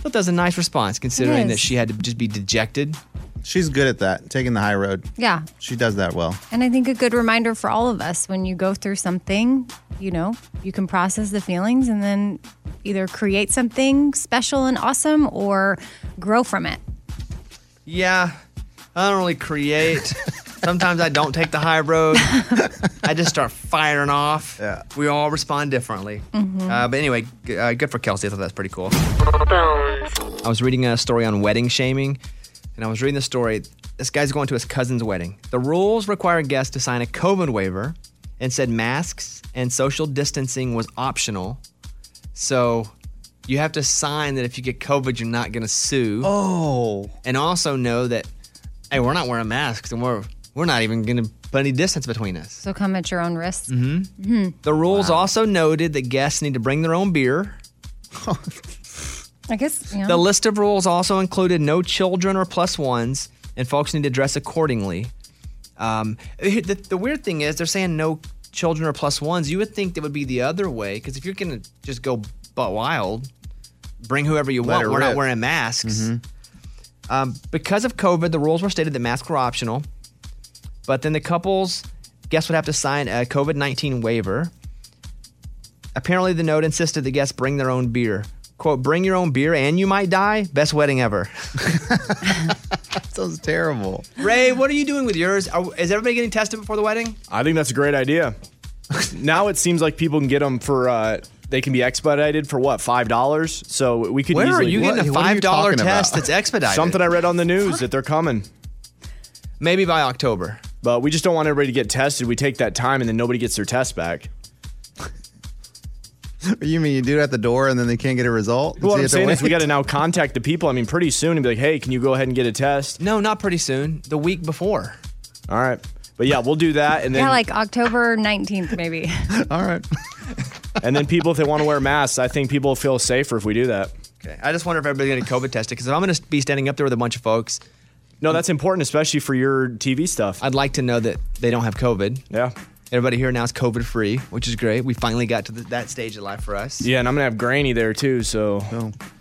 That was a nice response, considering that is. she had to just be dejected. She's good at that, taking the high road. Yeah, She does that well. and I think a good reminder for all of us when you go through something, you know, you can process the feelings and then either create something special and awesome or grow from it. Yeah, I don't really create. Sometimes I don't take the high road. I just start firing off. Yeah. We all respond differently. Mhm. Uh, but anyway, g- uh, good for Kelsey. I thought that's pretty cool. I was reading a story on wedding shaming, and I was reading the story. This guy's going to his cousin's wedding. The rules require guests to sign a COVID waiver and said masks and social distancing was optional. So you have to sign that if you get COVID, you're not going to sue. Oh. And also know that, hey, we're not wearing masks and we're, we're not even going to put any distance between us. So come at your own risk. Mm-hmm. hmm The rules also noted that guests need to bring their own beer. I guess you know. The list of rules also included no children or plus ones, and folks need to dress accordingly. Um, the, the weird thing is, they're saying no children or plus ones. You would think that would be the other way, because if you're going to just go butt wild, bring whoever you Let want. her We're rip. not wearing masks. Mm-hmm. Um, because of COVID, the rules were stated that masks were optional, but then the couples, guests would have to sign a COVID 19 waiver. Apparently, the note insisted the guests bring their own beer. Quote, bring your own beer and you might die. Best wedding ever. Sounds terrible. Ray, what are you doing with yours? Are, is everybody getting tested before the wedding? I think that's a great idea. now it seems like people can get them for uh, they can be expedited for what five dollars. So we could. Where are easily, you getting a What- what are you $5 talking test about? that's expedited? Something I read on the news that they're coming. Maybe by October. But we just don't want everybody to get tested. We take that time and then nobody gets their test back. you mean you do it at the door and then they can't get a result? So Well, you what I'm have to saying is we wait? got to now contact the people. I mean, pretty soon and be like, hey, can you go ahead and get a test? No, not pretty soon. The week before. All right. But yeah, we'll do that. And then, yeah, like October 19th, maybe. all right. and then people, if they want to wear masks, I think people will feel safer if we do that. Okay. I just wonder if everybody's going to COVID test it because if I'm going to be standing up there with a bunch of folks. No, that's important, especially for your TV stuff. I'd like to know that they don't have COVID. Yeah. Everybody here now is COVID free, which is great. We finally got to the, that stage of life for us. Yeah, and I'm gonna have Granny there too, so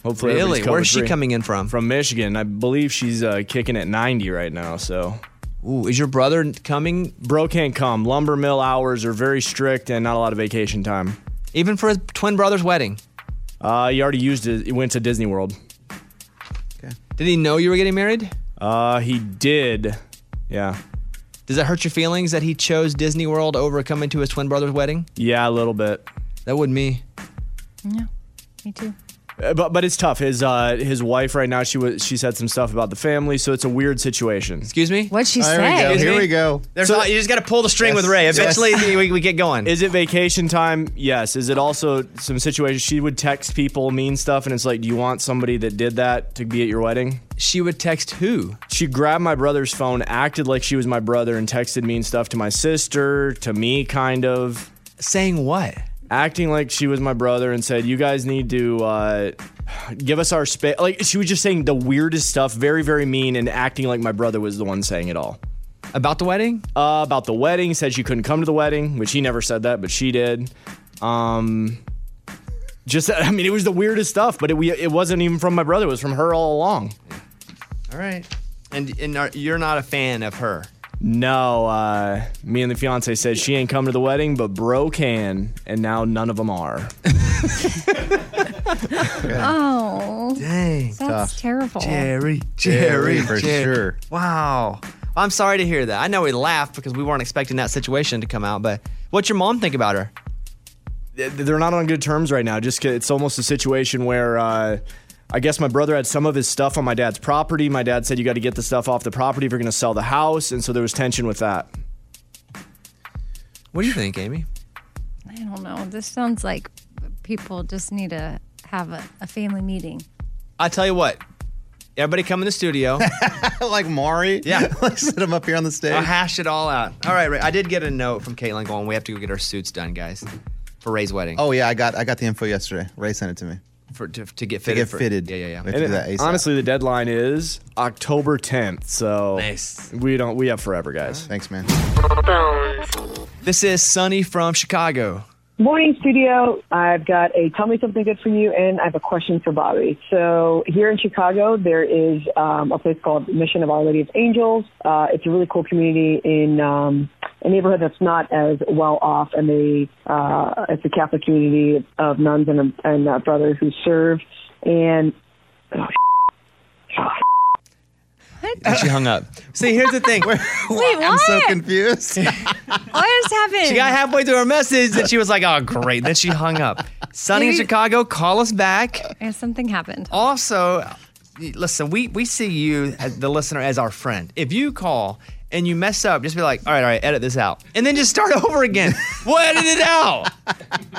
hopefully. Really? everybody's Where's she COVID-free. coming in from? From Michigan, I believe she's uh, kicking at 90 right now. So, ooh, is your brother coming? Bro can't come. Lumber mill hours are very strict and not a lot of vacation time. Even for his twin brother's wedding. Uh, he already used it. He went to Disney World. Did he know you were getting married? Uh, he did. Yeah. Does it hurt your feelings that he chose Disney World over coming to his twin brother's wedding? Yeah, a little bit. That would me. yeah, me too. Uh, But but it's tough. His uh his wife right now she was she said some stuff about the family, so it's a weird situation. Excuse me. What she There we said? go. Excuse Here me? we go. There's So- a lot- you just got to pull the string Yes. with Ray. Yes. Eventually, we, we get going. Is it vacation time? Yes. Is it also some situation she would text people mean stuff and it's like, do you want somebody that did that to be at your wedding? She would text who? She grabbed my brother's phone, acted like she was my brother, and texted mean stuff to my sister, to me, kind of. Saying what? Acting like she was my brother and said, you guys need to uh, give us our space. Like, she was just saying the weirdest stuff, very, very mean, and acting like my brother was the one saying it all. About the wedding? Uh, about the wedding. Said she couldn't come to the wedding, which he never said that, but she did. Um, just, I mean, it was the weirdest stuff, but it, we, it wasn't even from my brother. It was from her all along. All right. And, and are, you're not a fan of her. No, uh, me and the fiance said she ain't come to the wedding, but bro can, and now none of them are. Oh. Dang. That's terrible. Jerry, Jerry, for Jerry. sure. Wow. I'm sorry to hear that. I know we laughed because we weren't expecting that situation to come out, but what's your mom think about her? th- they're not on good terms right now. Just 'cause it's almost a situation where uh, I guess my brother had some of his stuff on my dad's property. My dad said you got to get the stuff off the property if you're going to sell the house, and so there was tension with that. What do you think, Amy? I don't know. This sounds like people just need to have a, a family meeting. I tell you what. Everybody come in the studio. like Maury. Yeah. Let's set him up here on the stage. I'll Uh-huh. hash it all out. All right, Ray. I did get a note from Caitlin going, we have to go get our suits done, guys, for Ray's wedding. Oh yeah, I got I got the info yesterday. Ray sent it to me. For, to, to get fitted. get for- fitted. Yeah, yeah, yeah. We have to do that ASAP. honestly, the deadline is October 10th. So we don't we have forever, guys. Thanks, man. This is Sunny from Chicago. Morning, studio. I've got a tell me something good for you, and I have a question for Bobby. So here in Chicago, there is um, a place called Mission of Our Lady of Angels. Uh, it's a really cool community in um, a neighborhood that's not as well off, and they uh, it's a Catholic community of nuns and a, and a brother who serve. And oh, And she hung up. See, here's the thing. Wait, I'm so what? confused. I just haven't. She got halfway through her message and she was like, oh, great. Then she hung up. Sunny in Maybe- Chicago, call us back. Yeah, something happened. Also, listen, we, we see you, as the listener, as our friend. If you call and you mess up, just be like, all right, all right, edit this out. And then just start over again. we'll edit it out.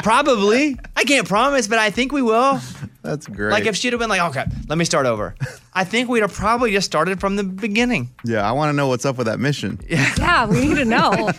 Probably. I can't promise, but I think we will. That's great. Like if she'd have been like, okay, let me start over. I think we'd have probably just started from the beginning. yeah, I want to know what's up with that mission. Yeah, we need to know.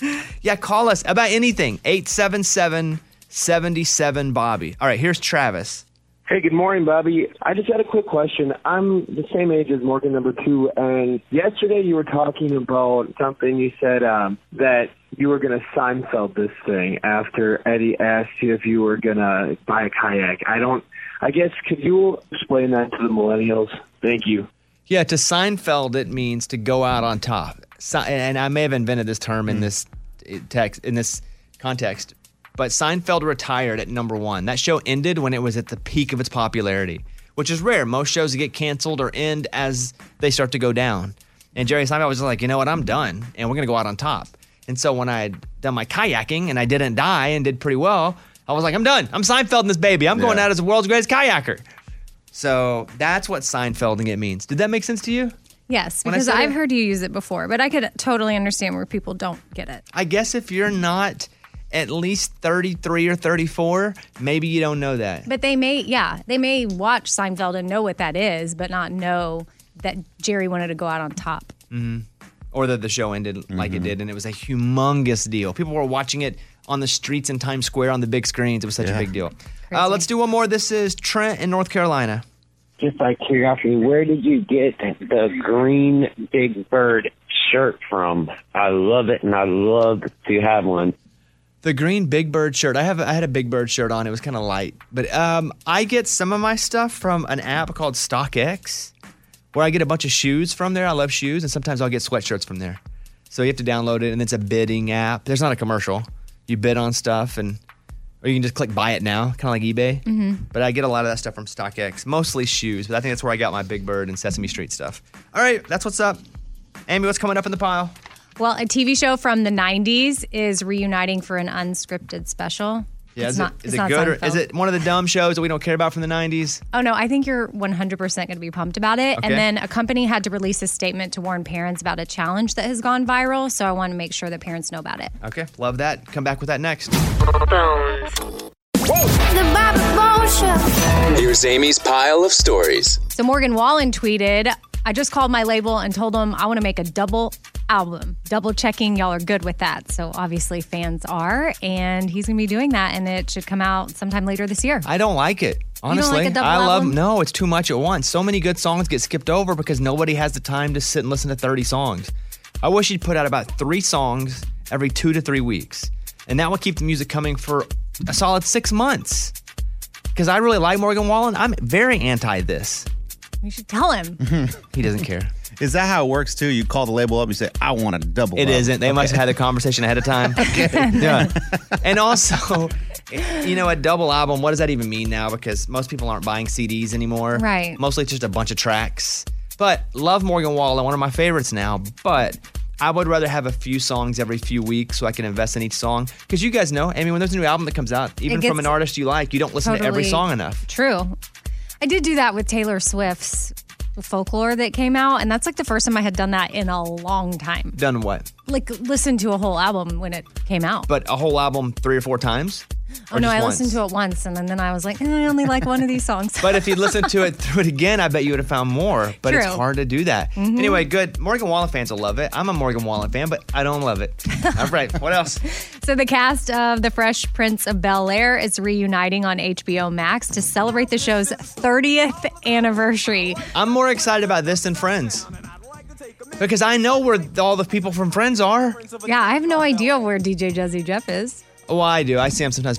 Yeah, call us about anything. 877 77 Bobby. All right, here's Travis. Hey, good morning, Bobby. I just had a quick question. I'm the same age as Morgan number two, and yesterday you were talking about something you said um, that you were going to Seinfeld this thing after Eddie asked you if you were going to buy a kayak. I don't, I guess, could you explain that to the millennials? Thank you. Yeah, to Seinfeld, it means to go out on top. Si- and I may have invented this term in this eh, text in this context, but Seinfeld retired at number one. That show ended when it was at the peak of its popularity, which is rare. Most shows get canceled or end as they start to go down. And Jerry Seinfeld was just like, you know what, I'm done, and we're gonna go out on top. And so when I had done my kayaking and I didn't die and did pretty well, I was like, I'm done. I'm Seinfelding this baby. I'm going Yeah. out as the world's greatest kayaker. So that's what Seinfelding it means. Did that make sense to you? Yes, When I because said I've it- heard you use it before, but I could totally understand where people don't get it. I guess if you're not at least 33 or 34, maybe you don't know that. But they may, yeah, they may watch Seinfeld and know what that is, but not know that Jerry wanted to go out on top. Mhm. Or that the show ended like it did and it was a humongous deal. People were watching it on the streets in Times Square on the big screens. It was such a big deal. Uh, let's do one more. This is Trent in North Carolina. Just by curiosity, where did you get the green Big Bird shirt from? I love it, and I love to have one. The green Big Bird shirt. I have I had a Big Bird shirt on. It was kind of light, but um, I get some of my stuff from an app called StockX, where I get a bunch of shoes from there. I love shoes, and sometimes I'll get sweatshirts from there. So you have to download it, and it's a bidding app. There's not a commercial. You bid on stuff, and or you can just click buy it now, kind of like eBay. Mm-hmm. Mm-hmm. Mhm. But I get a lot of that stuff from StockX, mostly shoes. But I think that's where I got my Big Bird and Sesame Street stuff. All right, that's what's up. Amy, what's coming up in the pile? Well, a TV show from the 90s is reuniting for an unscripted special. Yeah, It's is not- it, is it's it not good or Seinfeld. is it one of the dumb shows that we don't care about from the '90s? Oh no, I think you're 100% going to be pumped about it. Okay. And then a company had to release a statement to warn parents about a challenge that has gone viral, so I want to make sure that parents know about it. Okay, love that. Come back with that next. The Bobby Bones Show. Here's Amy's pile of stories. So Morgan Wallen tweeted, I just called my label and told them I want to make a double album. Double checking, y'all are good with that. So obviously fans are, and he's going to be doing that, and it should come out sometime later this year. I don't like it. You don't like Honestly, a double I love album? no. It's too much at once. So many good songs get skipped over because nobody has the time to sit and listen to 30 songs. I wish he'd put out about three songs every two to three weeks, and that would keep the music coming for a solid six months. Because I really like Morgan Wallen. I'm very anti this. You should tell him. he doesn't care. Is that how it works too? You call the label up, you say, I want a double. It isn't. They must have had a conversation ahead of time. yeah. And also, you know, a double album, what does that even mean now? Because most people aren't buying CDs anymore. Right. Mostly it's just a bunch of tracks. But love Morgan Wallen, one of my favorites now. But I would rather have a few songs every few weeks so I can invest in each song. Because you guys know, I mean, when there's a new album that comes out, even gets from an artist you like, you don't listen to every totally- song enough. True. I did do that with Taylor Swift's folklore that came out, and that's like the first time I had done that in a long time. Done what? Like listened to a whole album when it came out. But a whole album three or four times? oh Or no, just I once? listened to it once and then I was like, eh, I only like one of these songs. But if you'd listened to it through it again, I bet you would have found more. But it's True. hard to do that. Mhm. Anyway, good. Morgan Wallen fans will love it. I'm a Morgan Wallen fan, but I don't love it. All right, what else? So the cast of The Fresh Prince of Bel Air is reuniting on HBO Max to celebrate the show's 30th anniversary. I'm more excited about this than Friends. Because I know where all the people from Friends are. Yeah, I have no idea where DJ Jazzy Jeff is. Well, I do. I see him sometimes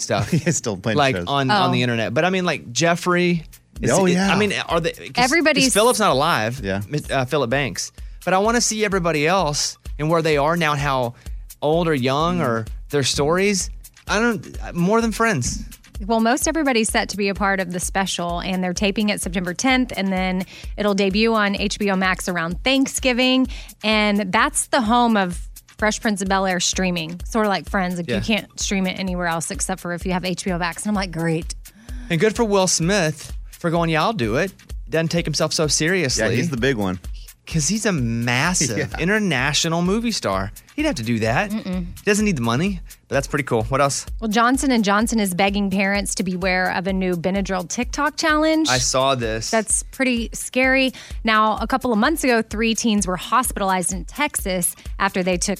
stuff. He's still playing like shows. on Oh. on the internet. But I mean, like Jeffrey. is- Oh, is- yeah. I mean, are they? 'cause- 'cause Everybody's- Philip's not alive. Yeah. Uh, Philip Banks. But I want to see everybody else and where they are now, and how old or young or their stories. I don't uh, more than friends. Well, most everybody's set to be a part of the special, and they're taping it September 10th, and then it'll debut on HBO Max around Thanksgiving. And that's the home of Fresh Prince of Bel Air streaming, sort of like Friends. Like Yeah. you can't stream it anywhere else except for if you have HBO Max. And I'm like, great. And good for Will Smith for going. Yeah, I'll do it. Doesn't take himself so seriously. Yeah, he's the big one. Because he's a massive Yeah. international movie star. He'd have to do that. Doesn't need the money, but that's pretty cool. What else? Well, Johnson and Johnson is begging parents to beware of a new Benadryl TikTok challenge. I saw this. That's pretty scary. Now, a couple of months ago, three teens were hospitalized in Texas after they took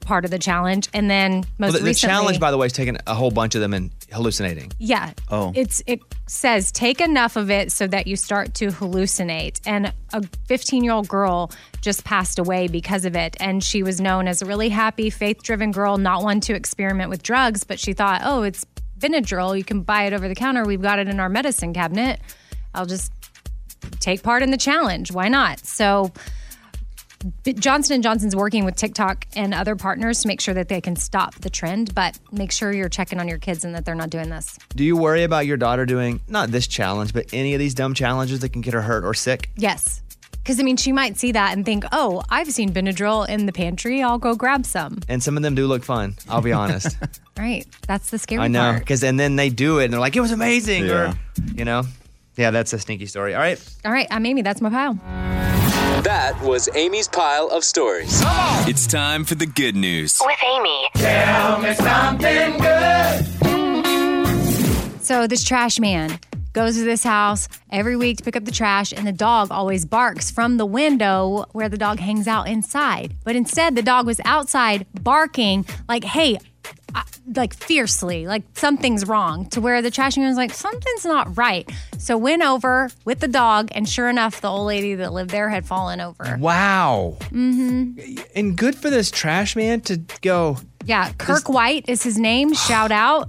part of the challenge, and then Well, most the, the recently, challenge, by the way, is taking a whole bunch of them and hallucinating. yeah, Oh. it's it says take enough of it so that you start to hallucinate. And a 15 year old girl just passed away because of it, and she was known as a really happy, faith driven girl, not one to experiment with drugs, but she thought, oh, it's Benadryl, you can buy it over the counter. We've got it in our medicine cabinet. I'll just take part in the challenge. Why not? So B- Johnson and Johnson's working with TikTok and other partners to make sure that they can stop the trend, but make sure you're checking on your kids and that they're not doing this. Do you worry about your daughter doing not this challenge, but any of these dumb challenges that can get her hurt or sick? Yes. Because I mean, she might see that and think, "Oh, I've seen Benadryl in the pantry. I'll go grab some." And some of them do look fun. I'll be honest. Right? That's the scary I know, part. because and then they do it and they're like, "It was amazing," Yeah. or you know, yeah, that's a sneaky story. All right, All right, I'm Amy. That's my pile. That was Amy's pile of stories. It's time for the good news. With Amy. Tell me something good. So this trash man goes to this house every week to pick up the trash, and the dog always barks from the window where the dog hangs out inside. But instead, the dog was outside barking like, "Hey." I- Like fiercely, like something's wrong, to where the trash man was like, something's not right. So went over with the dog, and sure enough, the old lady that lived there had fallen over. wow, Mm-hmm. and good for this trash man to go Yeah, Kirk White is his name. Shout out.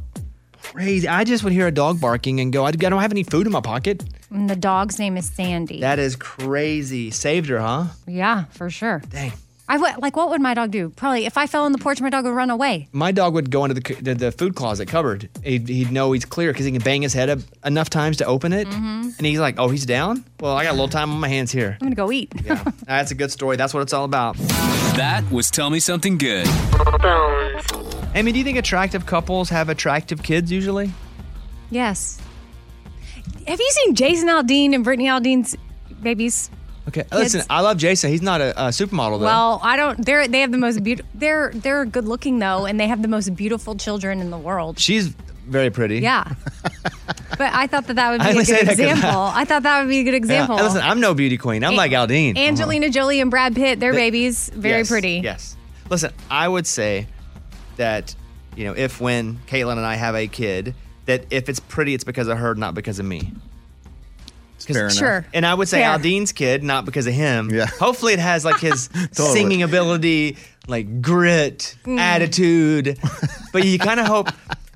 crazy. I just would hear a dog barking and go, "I I don't have any food in my pocket." And the dog's name is Sandy. That is crazy. Saved her, huh? yeah, for sure. Dang. I would like. What would my dog do? Probably, if I fell on the porch, my dog would run away. My dog would go into the c- the, the food closet cupboard. He'd, he'd know he's clear because he can bang his head up enough times to open it. Mhm. And he's like, "Oh, he's down. Well, I got a little time on my hands here." I'm gonna go eat. That's a good story. That's what it's all about. That was Tell Me Something Good. Amy, do you think attractive couples have attractive kids usually? Yes. Have you seen Jason Aldean and Brittany Aldean's babies? Okay, Kids. listen, I love Jason. He's not a, a supermodel though. Well, I don't. They're they have the most beautiful. They're they're good looking though, and they have the most beautiful children in the world. she's very pretty. Yeah. but I thought that that would be I a only good say that 'cause I- example. I, thought that would be a good Yeah. example. And Listen, I'm no beauty queen. I'm An- like Aldine. Angelina Jolie and Brad Pitt, their They- babies, very Yes, pretty. Yes. Listen, I would say that you know if when Caitlin and I have a kid, that if it's pretty, it's because of her, not because of me. 'Cause- enough. Sure. And I would say Fair. Aldine's kid, not because of him. Yeah. Hopefully, it has like his singing ability, like grit, Mm. attitude. But you kind of hope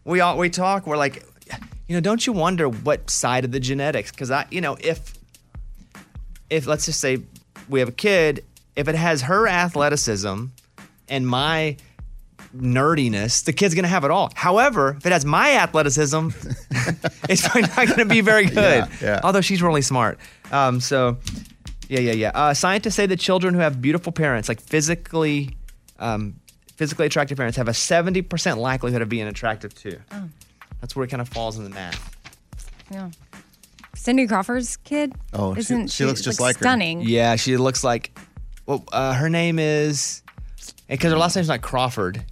we all we talk. We're like, you know, don't you wonder what side of the genetics? Because I, you know, if if let's just say we have a kid, if it has her athleticism and my nerdiness, the kid's gonna have it all. However, if it has my athleticism, it's probably not gonna be very good. Although she's really smart. Um, so yeah, yeah, yeah. Uh, scientists say that children who have beautiful parents, like physically, um, physically attractive parents, have a seventy percent likelihood of being attractive too. Oh. That's where it kind of falls in the math. Yeah. Cindy Crawford's kid? Oh, Isn't Stunning. Yeah, she looks like. Well, uh, her name is because her last name's not Crawford.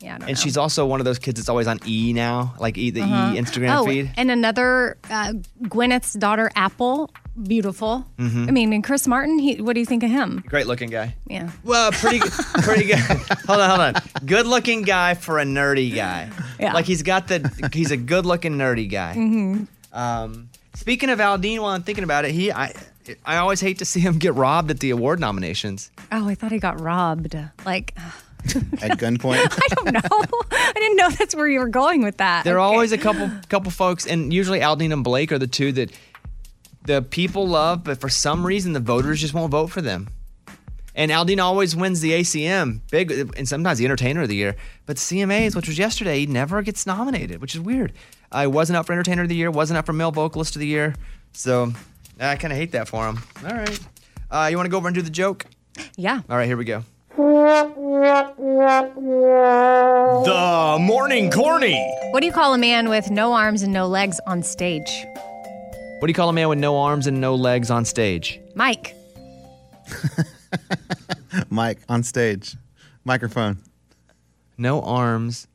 Yeah. I don't And she's also one of those kids that's always on E now, like E the Uh-huh. E Instagram oh, feed. And another uh, Gwyneth's daughter, Apple, beautiful. Mhm. I mean, and Chris Martin, he, what do you think of him? Great looking guy. Yeah. Well, pretty, pretty good. hold on, hold on. Good looking guy for a nerdy guy. Yeah. Like he's got the he's a good looking nerdy guy. hmm Um, speaking of Aldine, while I'm thinking about it, he I I always hate to see him get robbed at the award nominations. Oh, I thought he got robbed. Like, At gunpoint. I didn't know that's where you were going with that. There are always a couple couple folks, and usually Aldine and Blake are the two that the people love, but for some reason the voters just won't vote for them. And Aldine always wins the ACM, big, and sometimes the Entertainer of the Year. But CMAs, which was yesterday, never gets nominated, which is weird. I wasn't up for Entertainer of the Year, wasn't up for Male Vocalist of the Year, so I kind of hate that for him. All right, uh, you want to go over and do the joke? Yeah. All right, here we go. The morning corny. What do you call a man with no arms and no legs on stage? What do you call a man with no arms and no legs on stage? Mike. Mike on stage, microphone. No arms.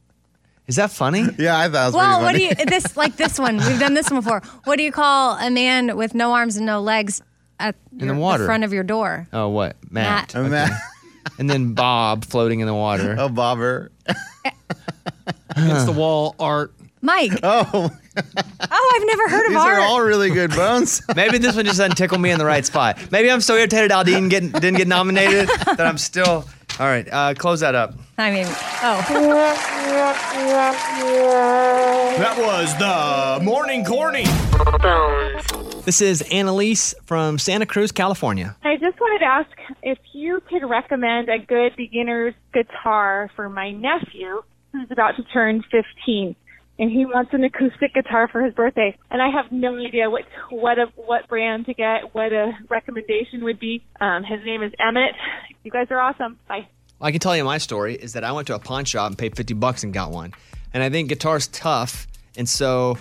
Is that funny? yeah, I thought Well, what do you this like this one? We've done this one before. What do you call a man with no arms and no legs at the your- water. the front of your door? Oh, what? Matt. Matt. Uh, Matt. Okay. and then Bob floating in the water. Oh, Bobber. Against the wall art. Mike. Oh. oh, I've never heard of art. really good bones. Maybe this one just doesn't tickle me in the right spot. Maybe I'm so irritated I didn't get, didn't get nominated that I'm still. All right, uh, close that up. I mean, oh. That was the morning corny. This is Annalise from Santa Cruz, California. I just wanted to ask if you could recommend a good beginner's guitar for my nephew who's about to turn 15 and he wants an acoustic guitar for his birthday and I have no idea what what a, what brand to get, what a recommendation would be. Um, his name is Emmett. You guys are awesome. Bye. I can tell you my story is that I went to a pawn shop and paid 50 bucks and got one. And I think guitar's tough. And so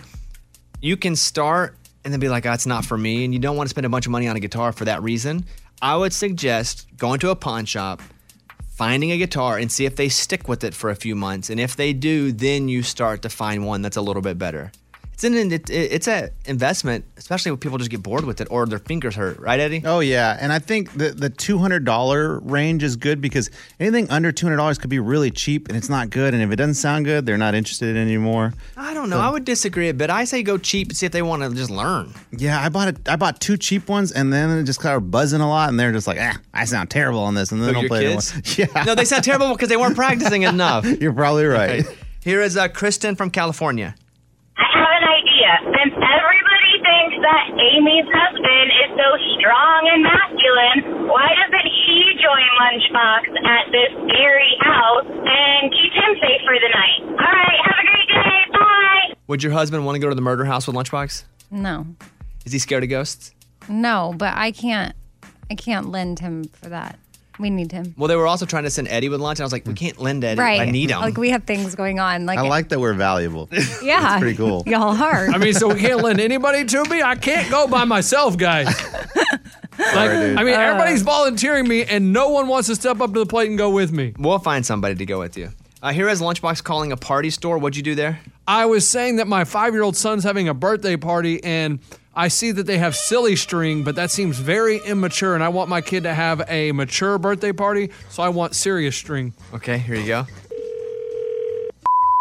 you can start and then be like, oh, it's not for me. And you don't want to spend a bunch of money on a guitar for that reason. I would suggest going to a pawn shop, finding a guitar, and see if they stick with it for a few months. And if they do, then you start to find one that's a little bit better. It's an it, it's an investment, especially when people just get bored with it or their fingers hurt, right, Eddie? Oh yeah, and I think the the two hundred dollar range is good because anything under two hundred dollars could be really cheap and it's not good. And if it doesn't sound good, they're not interested anymore. I don't know. I would disagree a bit. I say go cheap and see if they want to just learn. Yeah, I bought a, I bought two cheap ones, and then it just kind of buzzing a lot, and they're just like, ah, I sound terrible on this, and then Who, they'll your play the kids? one. Yeah, No, they sound terrible because they weren't practicing enough. You're probably right. Here is uh, Kristen from California. I have an idea. Since everybody thinks that Amy's husband is so strong and masculine, why doesn't he join Lunchbox at this scary house and keep him safe for the night? All right, have a great day. Bye. Would your husband want to go to the murder house with Lunchbox? No. Is he scared of ghosts? No, but I can't I can't lend him for that. We need him. Well, they were also trying to send Eddie with lunch, and I was like, we can't lend Eddie. right. I need him. Like we have things going on. Like, that we're valuable. yeah. pretty cool. Y'all are. I mean, so we can't lend anybody to me. I can't go by myself, guys. Like, I mean, Uh. everybody's volunteering me, and no one wants to step up to the plate and go with me. We'll find somebody to go with you. Uh, here is Lunchbox calling a party store. What'd you do there? I was saying that my five year old son's having a birthday party, and I see that they have silly string, but that seems very immature, and I want my kid to have a mature birthday party, so I want serious string. Okay, here you go.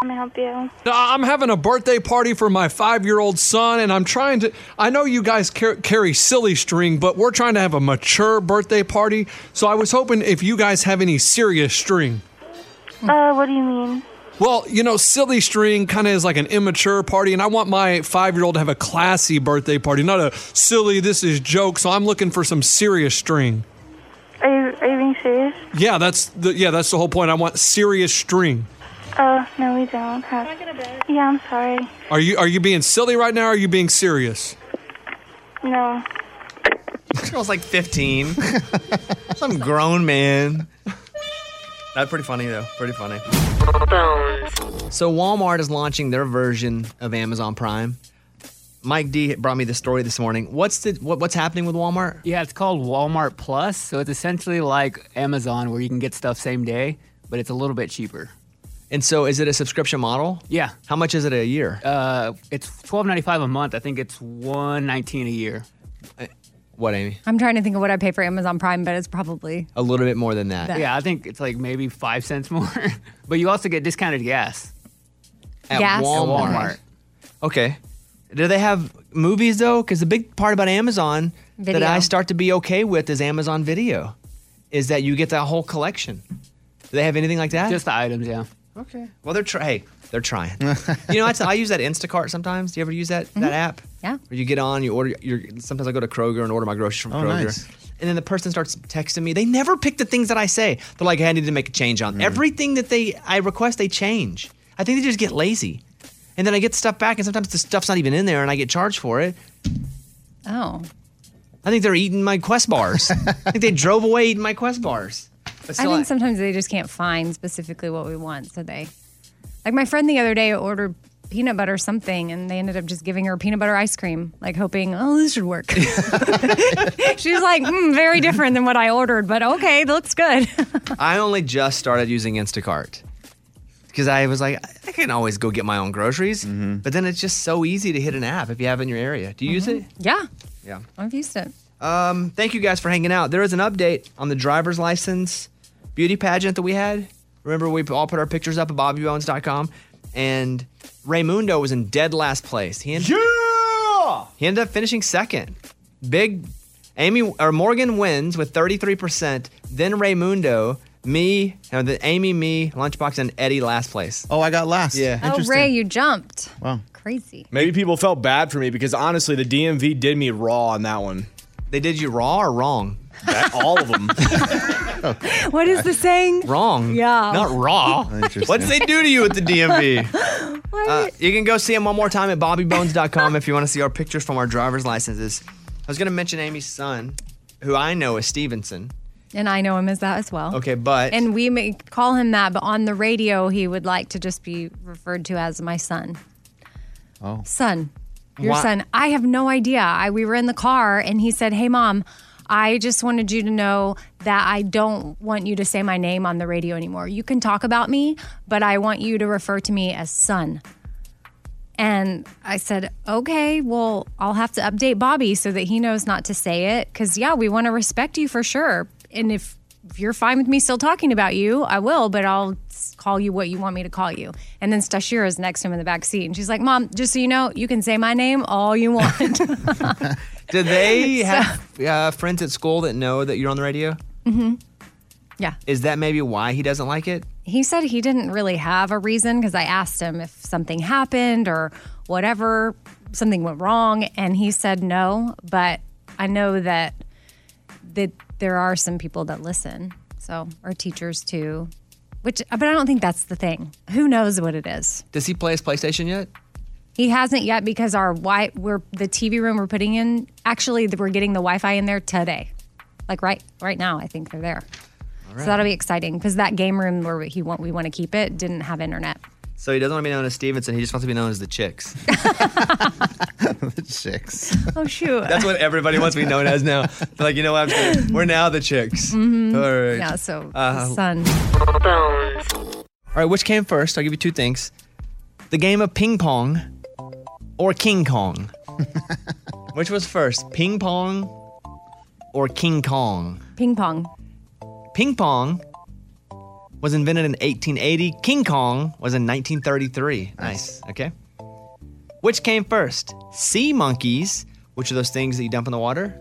Can I help you? No, I- I'm having a birthday party for my five year old son, and I'm trying to. I know you guys car- carry silly string, but we're trying to have a mature birthday party. So I was hoping if you guys have any serious string. Uh, what do you mean? Well, you know, silly string kind of is like an immature party, and I want my five year old to have a classy birthday party, not a silly, this is joke. So I'm looking for some serious string. Are you, are you being serious? Yeah, that's the yeah, that's the whole point. I want serious string. Oh, no, we don't have. Can I get a bed? Yeah, I'm sorry. Are you are you being silly right now? Or are you being serious? No. This girl's like 15. Some grown man. That's pretty funny, though. Pretty funny. So, Walmart is launching their version of Amazon Prime. Mike D brought me the story this morning. What's the what, what's happening with Walmart? Yeah, it's called Walmart Plus. So it's essentially like Amazon where you can get stuff same day, but it's a little bit cheaper. And so is it a subscription model? Yeah. How much is it a year? Uh, it's twelve ninety five a month. I think it's one nineteen a year. Uh, What, Amy? I'm trying to think of what I pay for Amazon Prime, but it's probably A little bit more than that. That. Yeah, I think it's like maybe five cents more. but you also get discounted gas. At Gas? Walmart. Walmart. Okay. Do they have movies though? Because the big part about Amazon Video. that I start to be okay with is Amazon Video, is that you get that whole collection. Do they have anything like that? Just the items, yeah. Okay. Well, they're try- hey, they're trying. you know, I, I use that Instacart sometimes. Do you ever use that that app? Mm-hmm. Yeah. Where you get on, you order. Your, sometimes I go to Kroger and order my groceries from Oh, Kroger. nice. And then the person starts texting me. They never pick the things that I say. They're like, "Hey, I need to make a change Mm-hmm. on everything that they I request. They change. I think they just get lazy. And then I get stuff back, and sometimes the stuff's not even in there, and I get charged for it. oh. I think they're eating my Quest bars. I think they drove away eating my Quest bars. But I still, think sometimes they just can't find specifically what we want, so they like my friend the other day ordered peanut butter something and they ended up just giving her peanut butter ice cream, like hoping, oh, this should work. She's like, mm, very different than what I ordered, but okay, that looks good. I only just started using Instacart because I was like, I can always go get my own groceries. But then it's just so easy to hit an app if you have it in your area. Do you use it? yeah, Yeah. I've used it. Um, thank you guys for hanging out. There is an update on the driver's license beauty pageant that we had. Remember, we all put our pictures up at bobbybones.com, and Raymundo was in dead last place. He ended, yeah! he ended up finishing second. Big Amy or Morgan wins with 33%, then Raymundo, me, no, the Amy, me, Lunchbox, and Eddie last place. Oh, I got last. Yeah. Oh, Ray, you jumped. Wow. Crazy. Maybe people felt bad for me because honestly, the DMV did me raw on that one. They did you raw or wrong? all of them. What is the saying? Wrong. Yeah. Not raw. Interesting. What did they do to you at the DMV? Uh, you can go see him one more time at bobbybones.com if you want to see our pictures from our driver's licenses. I was going to mention Amy's son, who I know is Stevenson. And I know him as that as well. Okay, but Oh. And we may call him that, but on the radio, he would like to just be referred to as my son. Oh. Son, your Why- son. I have no idea. I we were in the car and he said, "Hey, mom." I just wanted you to know that I don't want you to say my name on the radio anymore. You can talk about me, but I want you to refer to me as son. And I said, okay, well, I'll have to update Bobby so that he knows not to say it. Cause yeah, we want to respect you for sure. And if, if you're fine with me still talking about you, I will, but I'll s- call you what you want me to call you. And then Stashira is next to him in the back seat. And she's like, Mom, just so you know, you can say my name all you want. do they So- have uh, friends at school that know that you're on the radio? hmm Is that maybe why he doesn't like it? He said he didn't really have a reason because I asked him if something happened or whatever, something went wrong, and he said no. But I know that that there are some people that listen, so or teachers too, which but I don't think that's the thing. Who knows what it is? Does he play his PlayStation yet? He hasn't yet because our wi we're the TV room we're putting in. Actually, we're getting the Wi-Fi in there today, like right right now. I think they're there. So that'll be exciting because that game room where he want we want to keep it didn't have internet. So he doesn't want to be known as Stevenson. He just wants to be known as the Chicks. the Chicks. Oh shoot! That's what everybody wants to be known as now. They're like, you know what? I'm just- We're now the Chicks. Mhm. All right. Yeah, so Uh, the sun. All right, which came first? I'll give you two things the game of ping pong or King Kong. which was first, ping pong or King Kong? Ping pong. Ping pong was invented in 1880. King Kong was in 1933. Nice. Okay. Which came first? Sea monkeys, which are those things that you dump in the water,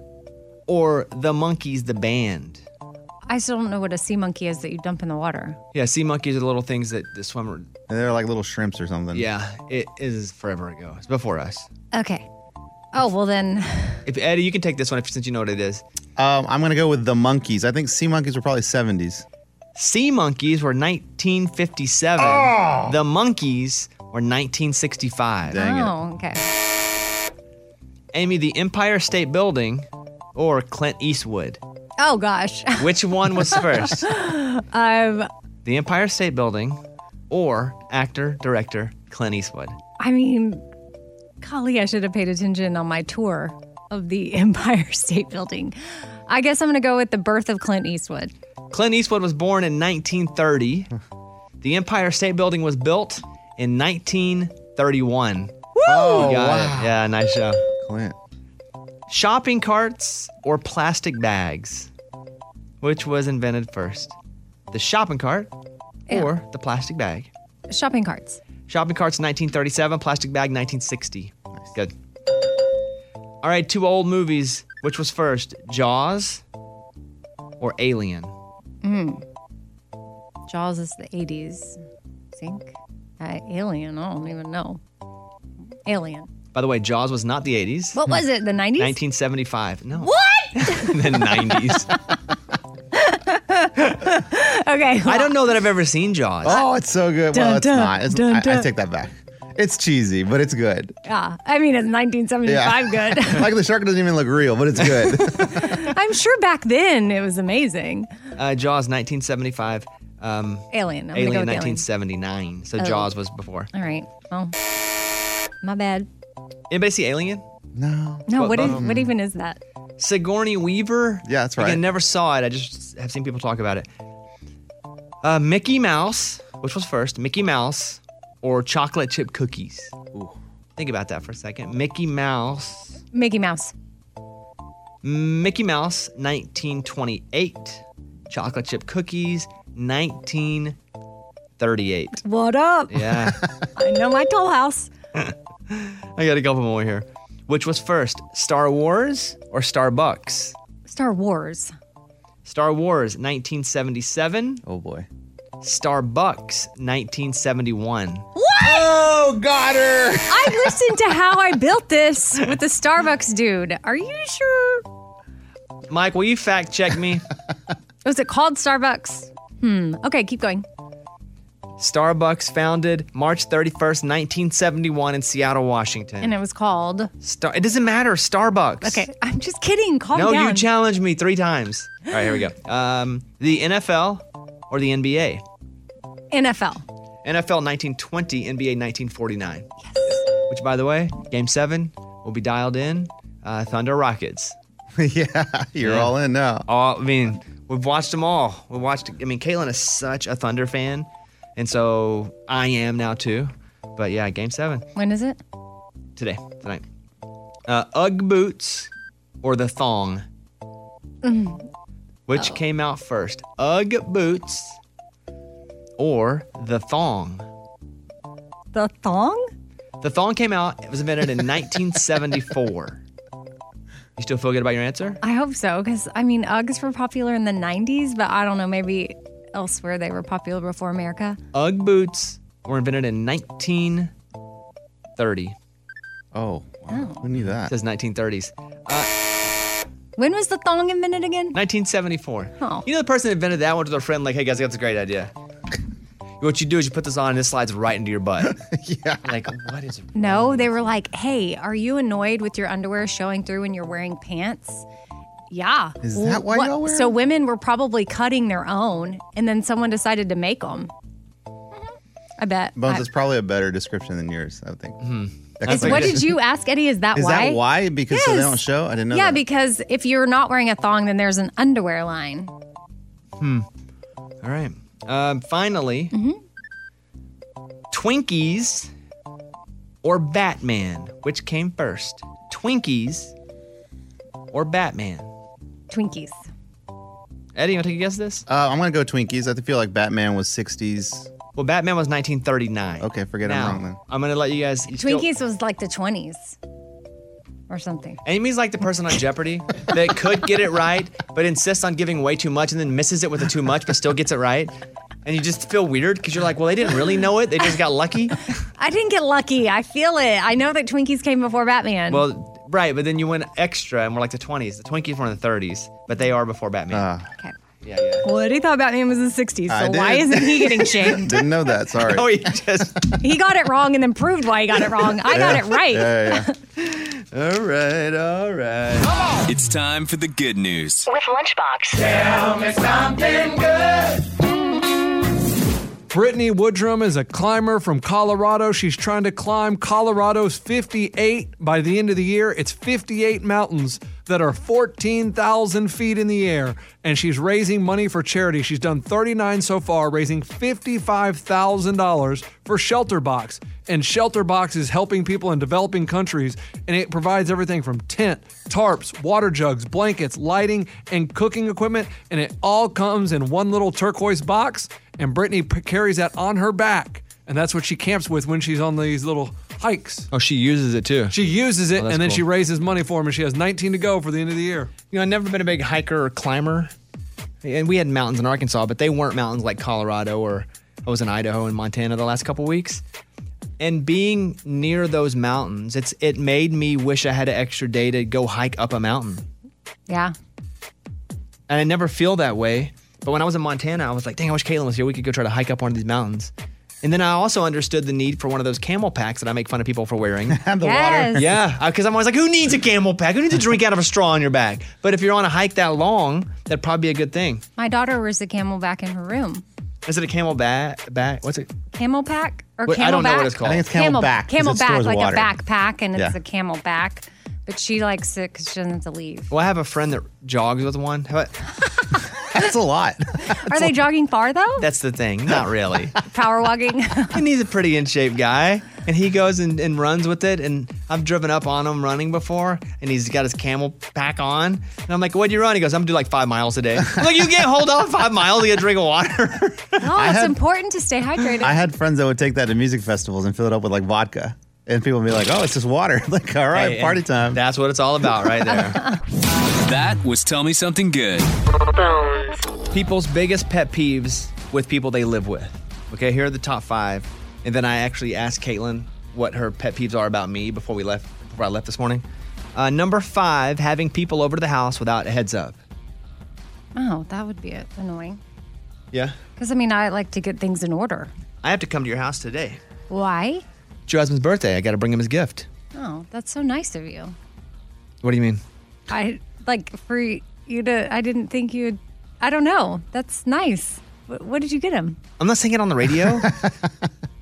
or the monkeys, the band? I still don't know what a sea monkey is that you dump in the water. Yeah, sea monkeys are the little things that the swimmer. They're like little shrimps or something. Yeah, it is forever ago. It's before us. Okay. Oh well, then If Eddie, you can take this one if, since you know what it is. Um, I'm gonna go with the monkeys. I think sea monkeys were probably 70s. Sea monkeys were 1957. The monkeys were 1965. oh, okay. Amy, the Empire State Building or Clint Eastwood? Oh gosh. Which one was first? um, the Empire State Building or actor, director Clint Eastwood? I mean, golly, I should have paid attention on my tour of the Empire State Building. I guess I'm going to go with the birth of Clint Eastwood. Clint Eastwood was born in 1930. The Empire State Building was built in 1931. Woo! Oh, Yeah, nice show. Clint. Shopping carts or plastic bags? Which was invented first? The shopping cart or the plastic bag? Shopping carts. Shopping carts 1937, plastic bag 1960. Good. All right, two old movies. Which was first, Jaws or Alien? Mm. Jaws is the 80s. I think. Uh, alien. I don't even know. Alien. By the way, Jaws was not the 80s. What was it, the 90s? 1975. No, What? the 90s. okay. I don't know that I've ever seen Jaws. Oh, it's so good. well, Dun, it's dun, not. It's, dun, I- I, dun. take that back. It's cheesy, but it's good. Yeah. Ah, I mean, it's 1975 good. like the shark doesn't even look real, but it's good. I'm sure back then it was amazing. Uh, Jaws 1975. Um, Alien. I'm Alien going to go with 1979. So Oh. Jaws was before. Alien. All right. Well, my bad. Anybody see Alien? No. No, what, But- is- what even is that? Sigourney Weaver. Yeah, that's Again, right. never saw it. I just have seen people talk about it. Uh, Mickey Mouse, which was first, Mickey Mouse or chocolate chip cookies? Ooh. Think about that for a second. Mickey Mouse. Mickey Mouse. Mickey Mouse, 1928. Chocolate chip cookies, 1938. What up? Yeah. I know my toll house. I got a couple more here. Which was first, Star Wars or Starbucks? Star Wars. Star Wars 1977. Oh boy. Starbucks 1971. What? Oh, got her. I listened to how I built this with the Starbucks dude. Are you sure? Mike, will you fact check me? Was it called Starbucks? Hmm. Okay, keep going. Starbucks founded March 31st, 1971 in Seattle, Washington. And it was called. Star- it doesn't matter, Starbucks. Okay, I'm just kidding. Calm no, down. you challenged me three times. All right, here we go. Um, the NFL or the NBA? NFL. NFL 1920, NBA 1949. Yes. Which, by the way, Game 7 will be dialed in uh, Thunder Rockets. yeah, you're Yeah. all in now. All, I mean, we've watched them all. We watched, I mean, Caitlin is such a Thunder fan. And so I am now too. But yeah, Game 7 When is it? today, tonight. Uh, Ugg boots or the thong? Mm. Which Oh. came out first, Ugg boots or the thong? The thong? The thong came out. It was invented in 1974. You still feel good about your answer? I hope so, because I mean, Uggs were popular in the 90s, but I don't know, maybe elsewhere they were popular before America. Ugg boots were invented in 1930. Oh, wow. who knew that? It says 1930s. When was the thong invented again? 1974. Oh. You know the person that invented that one to their friend, like, hey guys, I got this great idea. What you do is you put this on and this slides right into your butt. yeah. Like, what is No, they were like, hey, are you annoyed with your underwear showing through when you're wearing pants? Yeah. Is that why What- y'all wear So 'em? women were probably cutting their own, and then someone decided to make them. I bet. Bones I- is probably a better description than yours, I would think. Hmm. Is- what did you ask, Eddie? Is that Is why? that why? Because so they Yes. don't show? I didn't know Yeah, that. because if you're not wearing a thong, then there's an underwear line. Hmm. All right. Um, finally, Twinkies or Batman? Which came first? Twinkies or Batman? Twinkies. Eddie, you want to take a guess at this? Uh, I'm gonna go Twinkies. I feel like Batman was 60s. Well, Batman was 1939. Okay, forget Now, I'm wrong then. I'm gonna let you guys. you still- Twinkies was like the 20s or something. Amy's like the person on Jeopardy that could get it right, but insists on giving way too much and then misses it with the too much, but still gets it right. And you just feel weird because you're like, well, they didn't really know it; they just got lucky. I didn't get lucky. I feel it. I know that Twinkies came before Batman. Well, right, but then you went extra, and we're like the 20s. The Twinkies were in the 30s, but they are before Batman. okay. Yeah, yeah. Well, he thought Batman was in the 60s, I so why did. isn't he getting shamed? Didn't know that. Sorry. no, he just. he got it wrong and then proved why he got it wrong. I got it right. all right, all right. It's time for the good news. With Lunchbox. Tell me something good. Brittany Woodrum is a climber from Colorado. She's trying to climb Colorado's 58 by the end of the year. It's 58 mountains that are 14,000 feet in the air, and she's raising money for charity. She's done 39 so far, raising $55,000 for Shelterbox. And Shelterbox is helping people in developing countries, and it provides everything from tent, tarps, water jugs, blankets, lighting, and cooking equipment, and it all comes in one little turquoise box and Brittany p- carries that on her back, and that's what she camps with when she's on these little hikes. Oh, she uses it too. She uses it, Oh, that's and then cool. she raises money for him, and she has 19 to go for the end of the year. You know, I've never been a big hiker or climber. And we had mountains in Arkansas, but they weren't mountains like Colorado or I was in Idaho and Montana the last couple weeks. And being near those mountains, it's it made me wish I had an extra day to go hike up a mountain. Yeah. And I never feel that way. But when I was in Montana, I was like, dang, I wish Caitlin was here. We could go try to hike up one of these mountains. And then I also understood the need for one of those camel packs that I make fun of people for wearing. Have the water. Yes. Yeah, because I'm always like, who needs a camel pack? Who needs to drink out of a straw on your back? But if you're on a hike that long, that'd probably be a good thing. My daughter wears the camel back in her room. Is it a camel back? Back? What's it? Camel pack or Wait, camel I don't know what back? it's called. I think it's camel back 'cause Camel it back, stores like water. a backpack, and it's Yeah. a camel back. But she likes it because she doesn't have to leave. Well, I have a friend that jogs with one. How about- That's a lot. Are they jogging far though? That's the thing. Not really. Power walking. and he's a pretty in shape guy. And he goes and, and runs with it. And I've driven up on him running before. And he's got his camel pack on. And I'm like, what'd you run? He goes, I'm going to do like five miles a day. I'm like, you can't hold on five miles to get a drink of water. No, it's important to stay hydrated. I had friends that would take that to music festivals and fill it up with like vodka, and people would be like, "Oh, it's just water." like, all right, Hey, and party time. That's what it's all about, right there. That was Tell Me Something Good. People's biggest pet peeves with people they live with. Okay, here are the top five. And then I actually asked Caitlin what her pet peeves are about me before we left before I left this morning. Uh, number five, having people over to the house without a heads up. oh, that would be it. Annoying. Yeah. Because I mean, I like to get things in order. I have to come to your house today. Why? It's your husband's birthday. I got to bring him his gift. Oh, that's so nice of you. What do you mean? I like for you to. I didn't think you'd. I don't know. That's nice. What, what did you get him? I'm not saying it on the radio.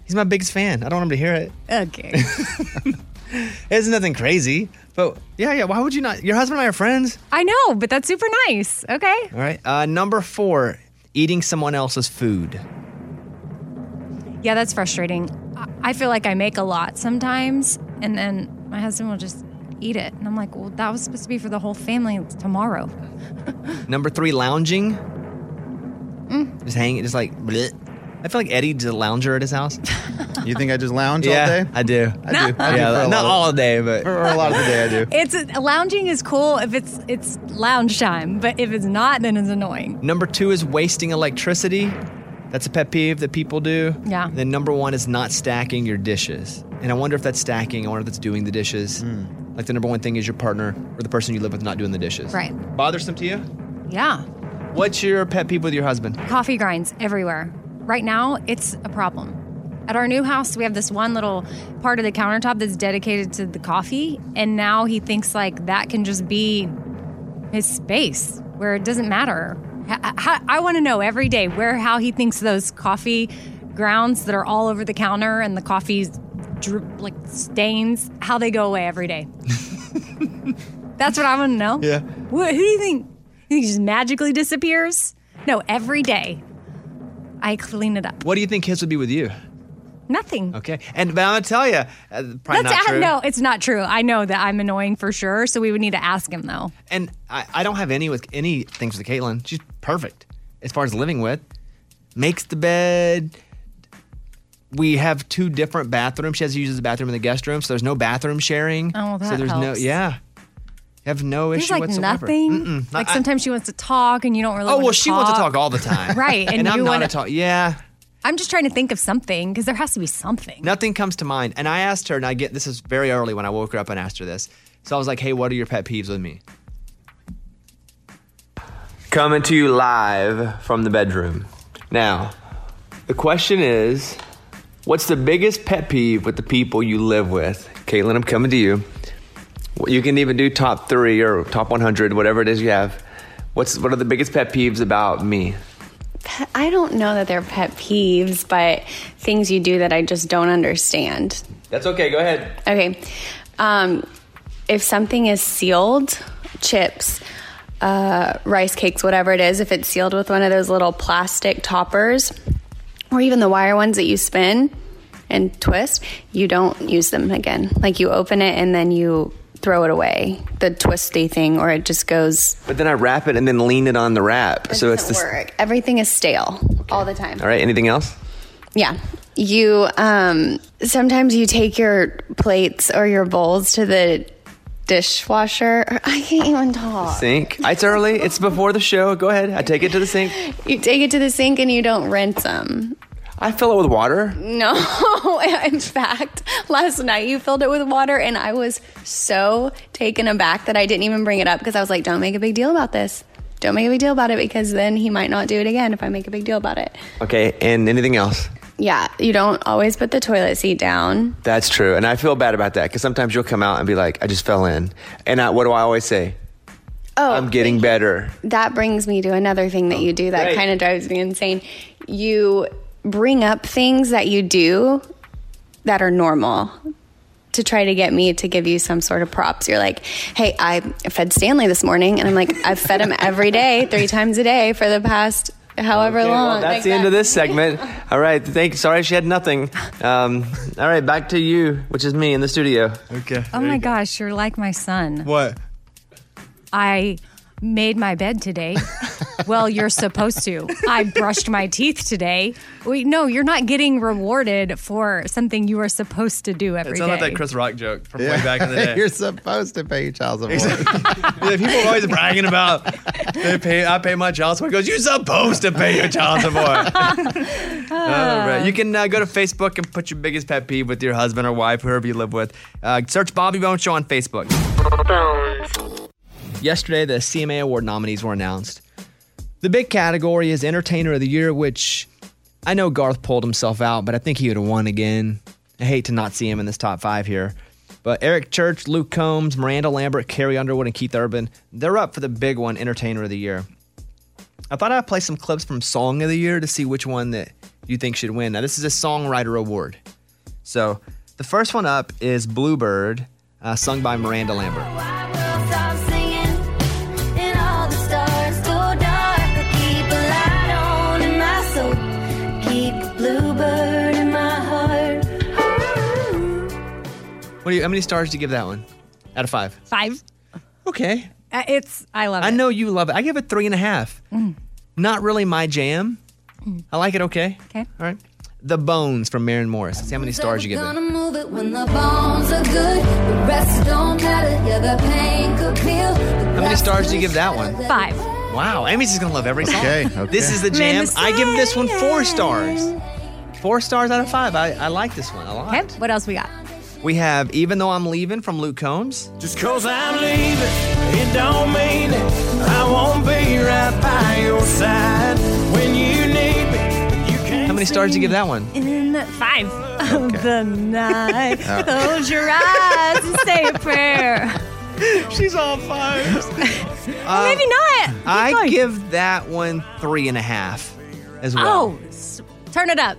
He's my biggest fan. I don't want him to hear it. Okay. It's nothing crazy. But yeah, yeah. Why would you not? Your husband and I are friends. I know, but that's super nice. Okay. All right. Uh, number four, eating someone else's food. Yeah, that's frustrating. I- I feel like I make a lot sometimes, and then my husband will just eat it, and I'm like, well, that was supposed to be for the whole family tomorrow. Number three, lounging. Mm. Just hanging, just like. bleh. I feel like Eddie's a lounger at his house. you think I just lounge yeah, all day? I do. I do. I do for yeah, a not lot of- all day, but for a lot of the day, I do. It's lounging is cool if it's it's lounge time, but if it's not, then it's annoying. Number two is wasting electricity. That's a pet peeve that people do. Yeah. Then number one is not stacking your dishes. And I wonder if that's stacking. I wonder if that's doing the dishes. Like the number one thing is your partner or the person you live with not doing the dishes. Right. Bothersome to you? Yeah. What's your pet peeve with your husband? Coffee grinds everywhere. Right now, it's a problem. At our new house, we have this one little part of the countertop that's dedicated to the coffee, and now he thinks like that can just be his space where it doesn't matter. H- h- I want to know every day where how he thinks those coffee grounds that are all over the counter and the coffee droop, like stains how they go away every day. That's what I want to know. Yeah. What, who do you think? You think he just magically disappears? No, every day I clean it up. What do you think his would be with you? Nothing. Okay. And but I'm gonna tell you, uh, probably Mm. That's not uh, true. no, it's not true. I know that I'm annoying for sure. So we would need to ask him though. And I, I don't have any with any things with Caitlin. She's perfect as far as living with. Makes the bed. We have two different bathrooms. She has to use the bathroom in the guest room, so there's no bathroom sharing. Oh, well, so that there's no helps. yeah. Have no There's issue like whatsoever. nothing. Mm-mm. Like I- sometimes she wants to talk and you don't really. oh wanna well, she wants to talk all the time, Right, And, and I'm you not wanna- a talk. Yeah, I'm just trying to think of something because there has to be something. Nothing comes to mind. And I asked her, and I get this is very early when I woke her up and asked her this. So I was like, hey, what are your pet peeves with me? Coming to you live from the bedroom. Now, the question is what's the biggest pet peeve with the people you live with? Caitlin, I'm coming to you. You can even do top three or top 100, whatever it is you have. What's What are the biggest pet peeves about me? I don't know that they're pet peeves, but things you do that I just don't understand. That's okay, go ahead. Okay. Um, if something is sealed, chips, uh, rice cakes, whatever it is, if it's sealed with one of those little plastic toppers or even the wire ones that you spin and twist, you don't use them again. Like you open it and then you throw it away, the twisty thing, or it just goes, But then I wrap it and then lean it on the wrap. so it's doesn't this. work. Everything is stale all the time. All right, anything else? Yeah. You um sometimes you take your plates or your bowls to the dishwasher. I can't even talk. Sink. It's early. It's before the show. Go ahead. I take it to the sink. You take it to the sink and you don't rinse them. I fill it with water. No. In fact, last night you filled it with water and I was so taken aback that I didn't even bring it up because I was like, don't make a big deal about this. Don't make a big deal about it because then he might not do it again if I make a big deal about it. Okay, and anything else? Yeah, you don't always put the toilet seat down. That's true. And I feel bad about that because sometimes you'll come out and be like, I just fell in. And I, what do I always say? Oh, I'm getting better. that brings me to another thing that you do that Right. kind of drives me insane. You bring up things that you do that are normal to try to get me to give you some sort of props. You're like, hey, I fed Stanley this morning. And I'm like, I've fed him every day, three times a day for the past however Okay, well, long. that's Like the end of this segment. All right. Thank. Sorry, she had nothing. Um, all right, back to you, which is me in the studio. Okay. Oh my gosh, you're like my son. What? I made my bed today. well, you're supposed to. I brushed my teeth today. Wait, no, you're not getting rewarded for something you are supposed to do every It day. sounds like that Chris Rock joke from way back in the day. You're supposed to pay your child support. Yeah, people are always bragging about they pay. I pay my child support. He Goes, you're supposed to pay your child support. All right. You can uh, go to Facebook and put your biggest pet peeve with your husband or wife, whoever you live with. Uh, search Bobby Bones Show on Facebook. Yesterday, the CMA Award nominees were announced. The big category is Entertainer of the Year, which I know Garth pulled himself out, but I think he would have won again. I hate to not see him in this top five here. But Eric Church, Luke Combs, Miranda Lambert, Carrie Underwood, and Keith Urban, they're up for the big one, Entertainer of the Year. I thought I'd play some clips from Song of the Year to see which one that you think should win. Now, this is a Songwriter Award. So, the first one up is Bluebird, uh, sung by Miranda Lambert. Stop singing, and all the stars go dark. I keep a light on in my soul, keep a bluebird in my heart. What do you, how many stars do you give that one? Out of five. Five. Okay. Uh, it's, I love it. Mm. I know you love it. I give it three and a half. Not really my jam. I like it okay. Okay. All right. The Bones from Maren Morris. Let's see how many stars you give it. Gonna move it when the bones are good. The rest don't matter. Yeah, the pain could peel. How many stars do you give that one? Five. Wow, Amy's just gonna love every song. Okay, okay. This is the jam. I give this one four stars. Four stars out of five. I, I like this one a lot. Okay, what else we got? We have Even Though I'm Leaving from Luke Combs. Just cause I'm leaving, it don't mean that I won't be right by your side when you need me. You can't How many stars do you give that one? In five of the night, All right. close your eyes and say a prayer. She's on fire. Um, Or maybe not. Uh, I give that one three and a half as well. Oh, s- turn it up.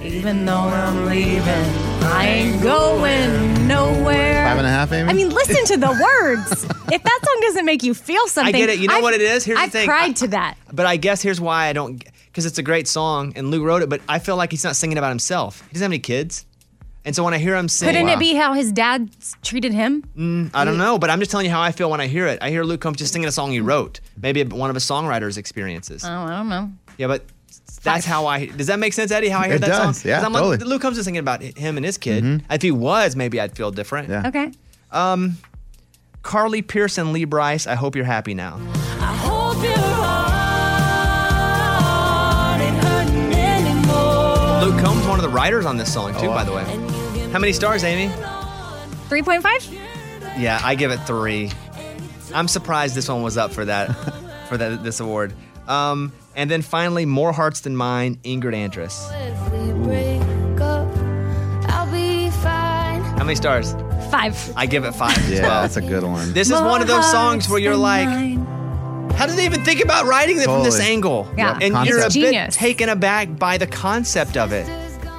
Even though I'm leaving, I ain't going nowhere. Five and a half, Amy? I mean, listen to the words. if that song doesn't make you feel something, I get it. You know I've- what it is? Here's the I've thing. cried to that. But I guess here's why I don't. because it's a great song and Lou wrote it, but I feel like he's not singing about himself. He doesn't have any kids. And so when I hear him sing, Couldn't it be how his dad s- treated him? Mm, I don't know, but I'm just telling you how I feel when I hear it. I hear Luke Combs just singing a song he wrote, maybe one of a songwriter's experiences. Oh, I don't know. Yeah, but that's how I. Does that make sense, Eddie? How I hear It that does, song? yeah, 'Cause I'm totally. Mm-hmm. like, Luke Combs is thinking about him and his kid. If he was, maybe I'd feel different. Okay. Um, Carly Pierce and Lee Bryce. I hope you're happy now. I hope your heart ain't hurting anymore. Luke Combs, one of the writers on this song too, Oh, by the way. How many stars, Amy? 3.5? Yeah, I give it three. I'm surprised this one was up for that, for that this award. Um, and then finally, more hearts than mine, Ingrid Andress. If we break up, I'll be fine. How many stars? Five. I give it five. as Yeah, well. that's a good one. This is More one of those hearts songs where you're than like, how did they even think about writing it from this Totally. angle? Yeah. And Concept. you're a It's bit taken aback by the concept of it.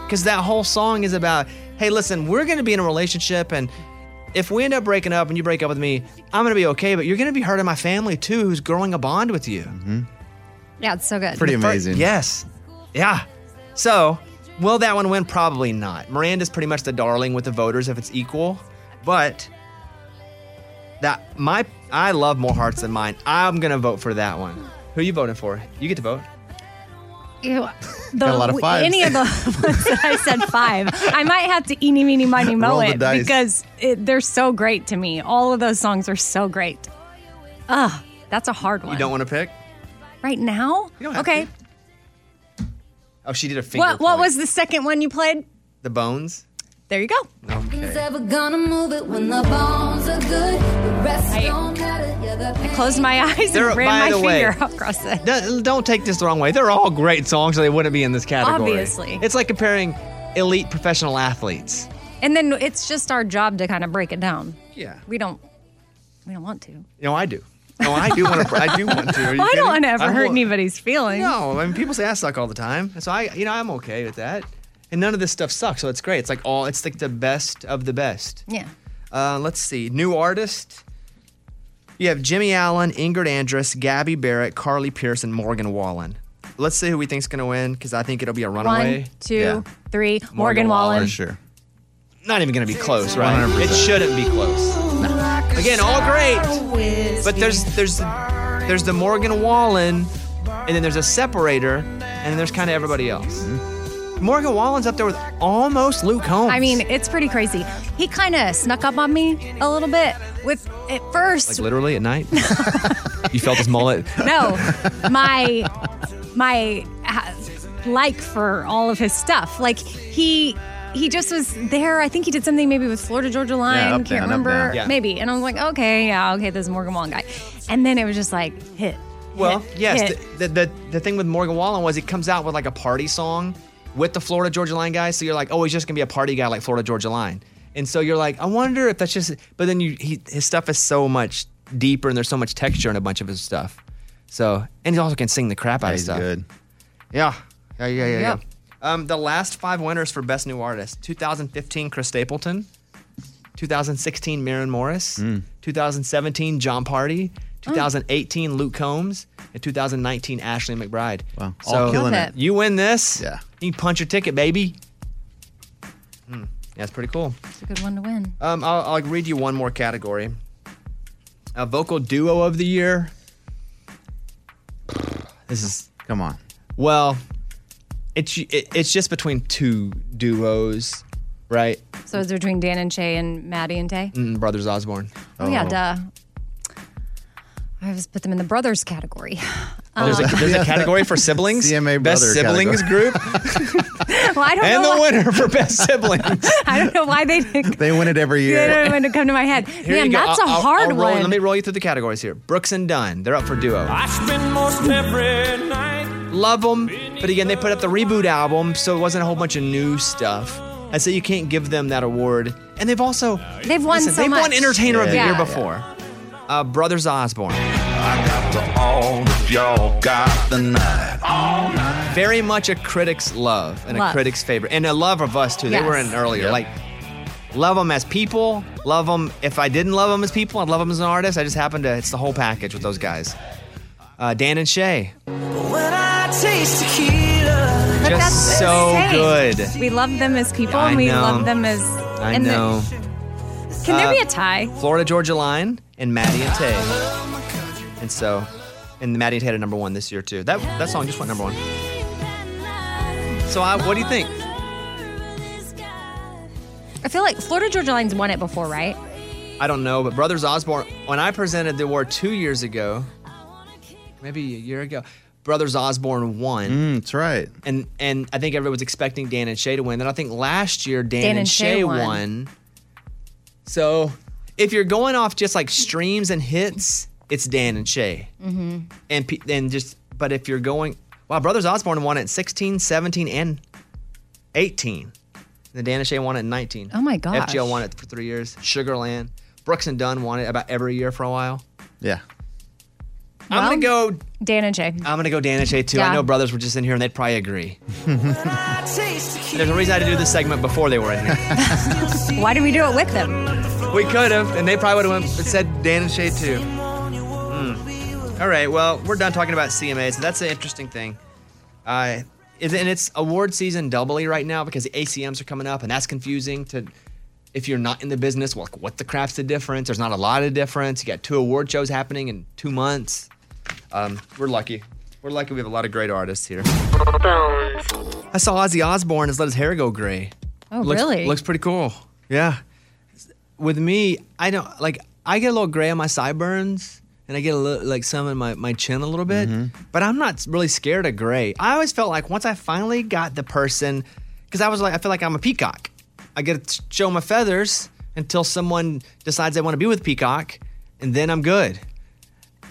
Because that whole song is about, hey, listen, we're going to be in a relationship and if we end up breaking up and you break up with me, I'm going to be okay, but you're going to be hurting my family too, who's growing a bond with you. Mm-hmm. Yeah, it's so good. The fir- yes. Yeah. So, will that one win? Probably not. Miranda's pretty much the darling with the voters if it's equal, but that my I love more hearts than mine. I'm gonna vote for that one. Who are you voting for? You get to vote. Ew. Got a lot of w- fives. Any of the ones that I said five, I might have to eeny, meeny, miny, Roll mo the it dice. because it, they're so great to me. All of those songs are so great. Ugh, that's a hard one. You don't want to pick? right now? okay. Oh, she did a finger. What, what was the second one you played? The bones. There you go. Okay. Ever gonna move it when the bones are good? The rest don't matter. Yeah, the I closed my eyes They're- and ran by my the way, finger across it. Don't, don't take this the wrong way. They're all great songs, so they wouldn't be in this category. Obviously. It's like comparing elite professional athletes. And then it's just our job to kind of break it down. Yeah. We don't. We don't want to. No, I do. No, I do want to. I do want to. Are you I kidding? don't want to ever I hurt wa- anybody's feelings. No, I mean people say I suck all the time, so I, you know, I'm okay with that. And none of this stuff sucks, so it's great. It's like all, it's like the best of the best. Yeah. Uh, let's see, new artist. You have Jimmy Allen, Ingrid Andress, Gabby Barrett, Carly Pierce, and Morgan Wallen. Let's see who we think's gonna win because I think it'll be a runaway. One, two, three. Morgan, Wallen. Sure. Not even gonna be close, right? It shouldn't be close. Again, all great. But there's there's there's the Morgan Wallen, and then there's a separator, and then there's kind of everybody else. Morgan Wallen's up there with almost Luke Holmes. I mean, it's pretty crazy. He kind of snuck up on me a little bit with at first. like literally at night. you felt his mullet. no, my my uh, like for all of his stuff. Like he he just was there. I think he did something maybe with Florida Georgia Line. Yeah, up Can't down, up remember. down. Yeah. Maybe. And I was like, okay, yeah, okay, this is Morgan Wallen guy. And then it was just like hit. Well, hit, yes. hit. The, the, the, the thing with Morgan Wallen was he comes out with like a party song with the Florida Georgia Line guys. So you're like, oh, he's just going to be a party guy like Florida Georgia Line. And so you're like, I wonder if that's just, but then you, he, his stuff is so much deeper and there's so much texture in a bunch of his stuff. So, and he also can sing the crap out of stuff. good. Yeah. Yeah, yeah, yeah, yeah. Yeah. Um, the last five winners for Best New Artist 2015, Chris Stapleton. 2016, Maren Morris. 2017, John Party. 2018, Luke Combs. And 2019, Ashley McBride. Wow. all killing Love it. it. You win this. Yeah. You can punch your ticket, baby. Hmm. That's pretty cool. It's a good one to win. Um, I'll, I'll read you one more category. A vocal duo of the year. This is come on. Well, it's it, it's just between two duos, right? So it's between Dan and Shay and Maddie and Tay. Mm, Brothers Osborne. Oh, yeah, duh. I always put them in the brothers category. There's, Uh-huh. a, there's a category for siblings. CMA best brother siblings group. well, I don't and know. the why- winner for best siblings. I don't know why they didn't. They win it every They don't want to come to my head. Here Man, you go. that's a I'll- I'll- hard I'll roll- one. Let me roll you through the categories here. Brooks and Dunn, they're up for duo. I spend most every night. Love them, but again, they put up the reboot album, so it wasn't a whole bunch of new stuff. I say you can't give them that award. And they've also They've won listen, so they've much. won Entertainer of the Yeah. Year Yeah. before. Uh, Brothers Osborne. I got the all if y'all got the night. All night. Very much a critic's love and a Love. critic's favorite. And a love of us, too. They were in Yes. earlier. Yep. Like, love them as people. Love them. If I didn't love them as people, I'd love them as an artist. I just happen to, it's the whole package with those guys. Uh, Dan and Shay. When I taste tequila. But Just that's the so same. good. We love them as people, I and we know. love them as. I and the- know. can there Uh, be a tie? Florida Georgia Line and Maddie and Tay. And so, and Maddie and Tay had number one this year too. That that song just went number one. So I, what do you think? I feel like Florida Georgia Line's won it before, right? I don't know, but Brothers Osborne, when I presented the award two years ago, maybe a year ago, Brothers Osborne won. Mm, that's right. And and I think everyone was expecting Dan and Shay to win. And I think last year Dan, Dan and, and Shay Shay won. won. So if you're going off just like streams and hits, it's Dan and Shay. Mm-hmm. and pe- and just but if you're going wow brothers osborne won at 16 17 and 18 and dan and shay won at 19 Oh my gosh. fgl won it for three years sugarland brooks and dunn won it about every year for a while yeah i'm gonna go Dan and Shay. i'm gonna go dan and shay too Yeah. i know brothers were just in here and they'd probably agree there's There's a reason i had to do this segment before they were in here Why do we do it with them? we could have and they probably would have said dan and shay too Mm. all right well we're done talking about cma so that's an interesting thing Uh, is- and it's award season doubly right now because the ACMs are coming up, and that's confusing to if you're not in the business. Like, what the crap's the difference? There's not a lot of difference. You got two award shows happening in two months. Um, we're lucky. We're lucky we have a lot of great artists here. I saw Ozzy Osbourne has let his hair go gray. Oh, looks, really? Looks pretty cool. Yeah. With me, I don't like. I get a little gray on my sideburns, and I get a little like some in my my chin a little bit. But I'm not really scared of gray. I always felt like once I finally got the person, because I was like, I feel like I'm a peacock. I get to show my feathers until someone decides they want to be with peacock, and then I'm good.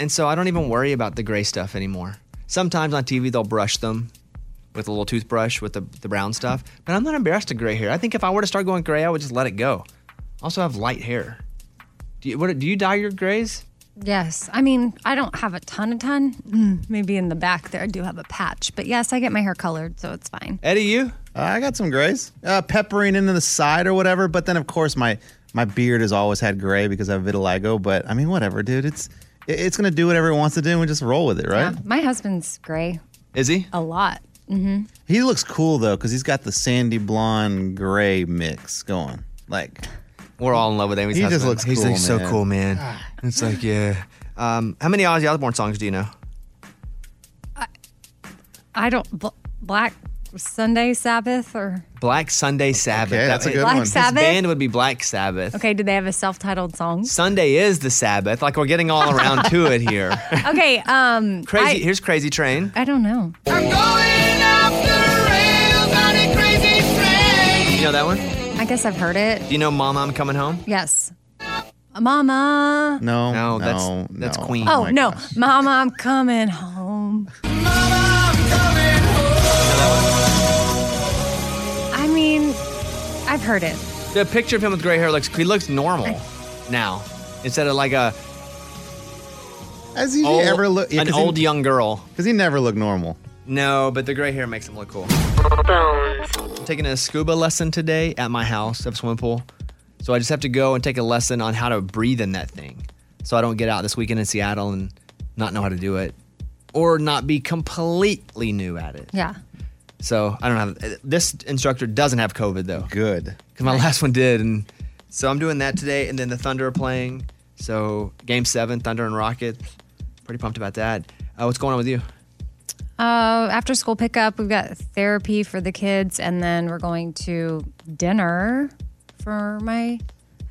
And so I don't even worry about the gray stuff anymore. Sometimes on TV they'll brush them with a little toothbrush with the, the brown stuff, but I'm not embarrassed of gray hair. I think if I were to start going gray, I would just let it go. Also, I have light hair. Do you, what, do you dye your grays? Yes. I mean, I don't have a ton, a ton. Mm, maybe in the back there, I do have a patch. But yes, I get my hair colored, so it's fine. Eddie, you? I got some grays, uh, peppering into the side or whatever. But then, of course, my my beard has always had gray because I have vitiligo. But I mean, whatever, dude. It's it- it's gonna do whatever it wants to do, and we just roll with it, right? Oh. Yeah. Um, My husband's gray Is he? a lot. hmm He looks cool though, because he's got the sandy blonde gray mix going. Like, we're all in love with him. He just looks. He's cool, like, so man. cool, man. it's like yeah. Um, how many Ozzy Osbourne songs do you know? I don't, bl- Black Sunday Sabbath or. Black Sunday Sabbath. that's a it- good Black one. His Sabbath? band would be Black Sabbath. Okay, do they have a self titled song? Sunday is the Sabbath. Like we're getting all around to it here. Okay, um. Crazy. I, here's Crazy Train. I don't know. Mm-hmm. You know that one? I guess I've heard it. Do you know Mama, I'm coming home? Yes. Mama. No, no, that's no, that's Queen. oh, no. Mama, I'm coming home. I mean, I've heard it. The picture of him with gray hair looks he looks normal now instead of like a As he old- ever look an old young girl. Because he never looked normal. No, but the gray hair makes him look cool. I'm taking a scuba lesson today at my house at a swimming pool. So I just have to go and take a lesson on how to breathe in that thing. So I don't get out this weekend in Seattle and not know how to do it or not be completely new at it. Yeah. So I don't have this instructor doesn't have COVID though. Good. Because my last one did, and so I'm doing that today, and then the Thunder are playing. So game seven, Thunder and Rockets. Pretty pumped about that. Uh, what's going on with you? Uh, after school pickup, we've got therapy for the kids, and then we're going to dinner for my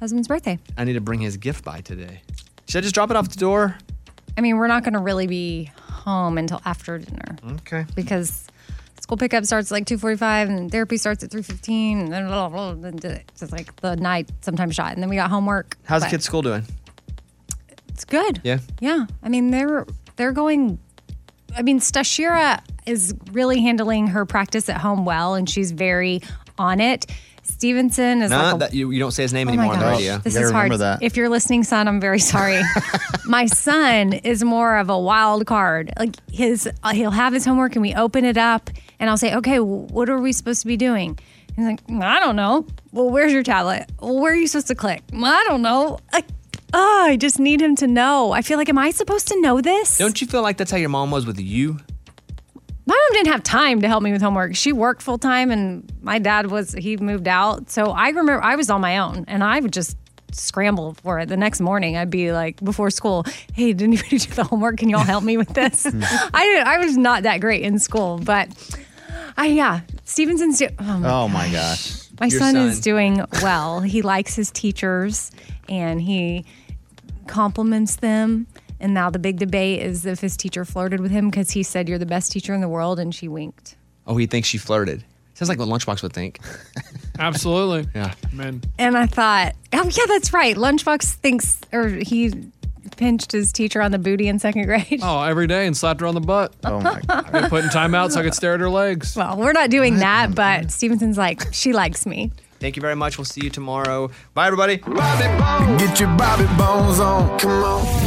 husband's birthday. I need to bring his gift by today. Should I just drop it off at the door? I mean, we're not going to really be home until after dinner. Okay. Because school pickup starts at like 2.45 and therapy starts at 3.15 and then blah, blah, blah, then it's just like the night sometimes shot. And then we got homework. How's But the kids' school doing? It's good. Yeah. Yeah. I mean, they're they're going. I mean, Stashira is really handling her practice at home well, and she's very on it. Stevenson is Nah, like a, that, you, you don't say his name Oh my anymore on the gosh, radio. This is hard. If you're listening, son, I'm very sorry. my son is more of a wild card. Like his, uh, he'll have his homework, and we open it up, and I'll say, "Okay, wh- what are we supposed to be doing?" He's like, "Mm, "I don't know." Well, where's your tablet? Well, where are you supposed to click? "Mm, I don't know. Like, oh, I just need him to know. I feel like, am I supposed to know this? Don't you feel like that's how your mom was with you? My mom didn't have time to help me with homework. She worked full time, and my dad was he moved out. So I remember I was on my own, and I would just scramble for it. The next morning, I'd be like before school, "Hey, did anybody do the homework? Can y'all help me with this?" Hmm. I didn't, I was not that great in school, but I yeah, Stevenson's. do- Oh my, Oh my gosh. my son, is doing well. he likes his teachers, and he compliments them. And now the big debate is if his teacher flirted with him because he said, "You're the best teacher in the world," and she winked. Oh, he thinks she flirted. Sounds like what Lunchbox would think. Absolutely. Yeah. Man. And I thought, oh yeah, that's right. Lunchbox thinks, or he pinched his teacher on the booty in second grade. Oh, every day and slapped her on the butt. Oh my god. put in timeout so I could stare at her legs. Well, we're not doing that, but Stevenson's like, she likes me. Thank you very much. We'll see you tomorrow. Bye, everybody. Get your Bobby Bones on. Come on.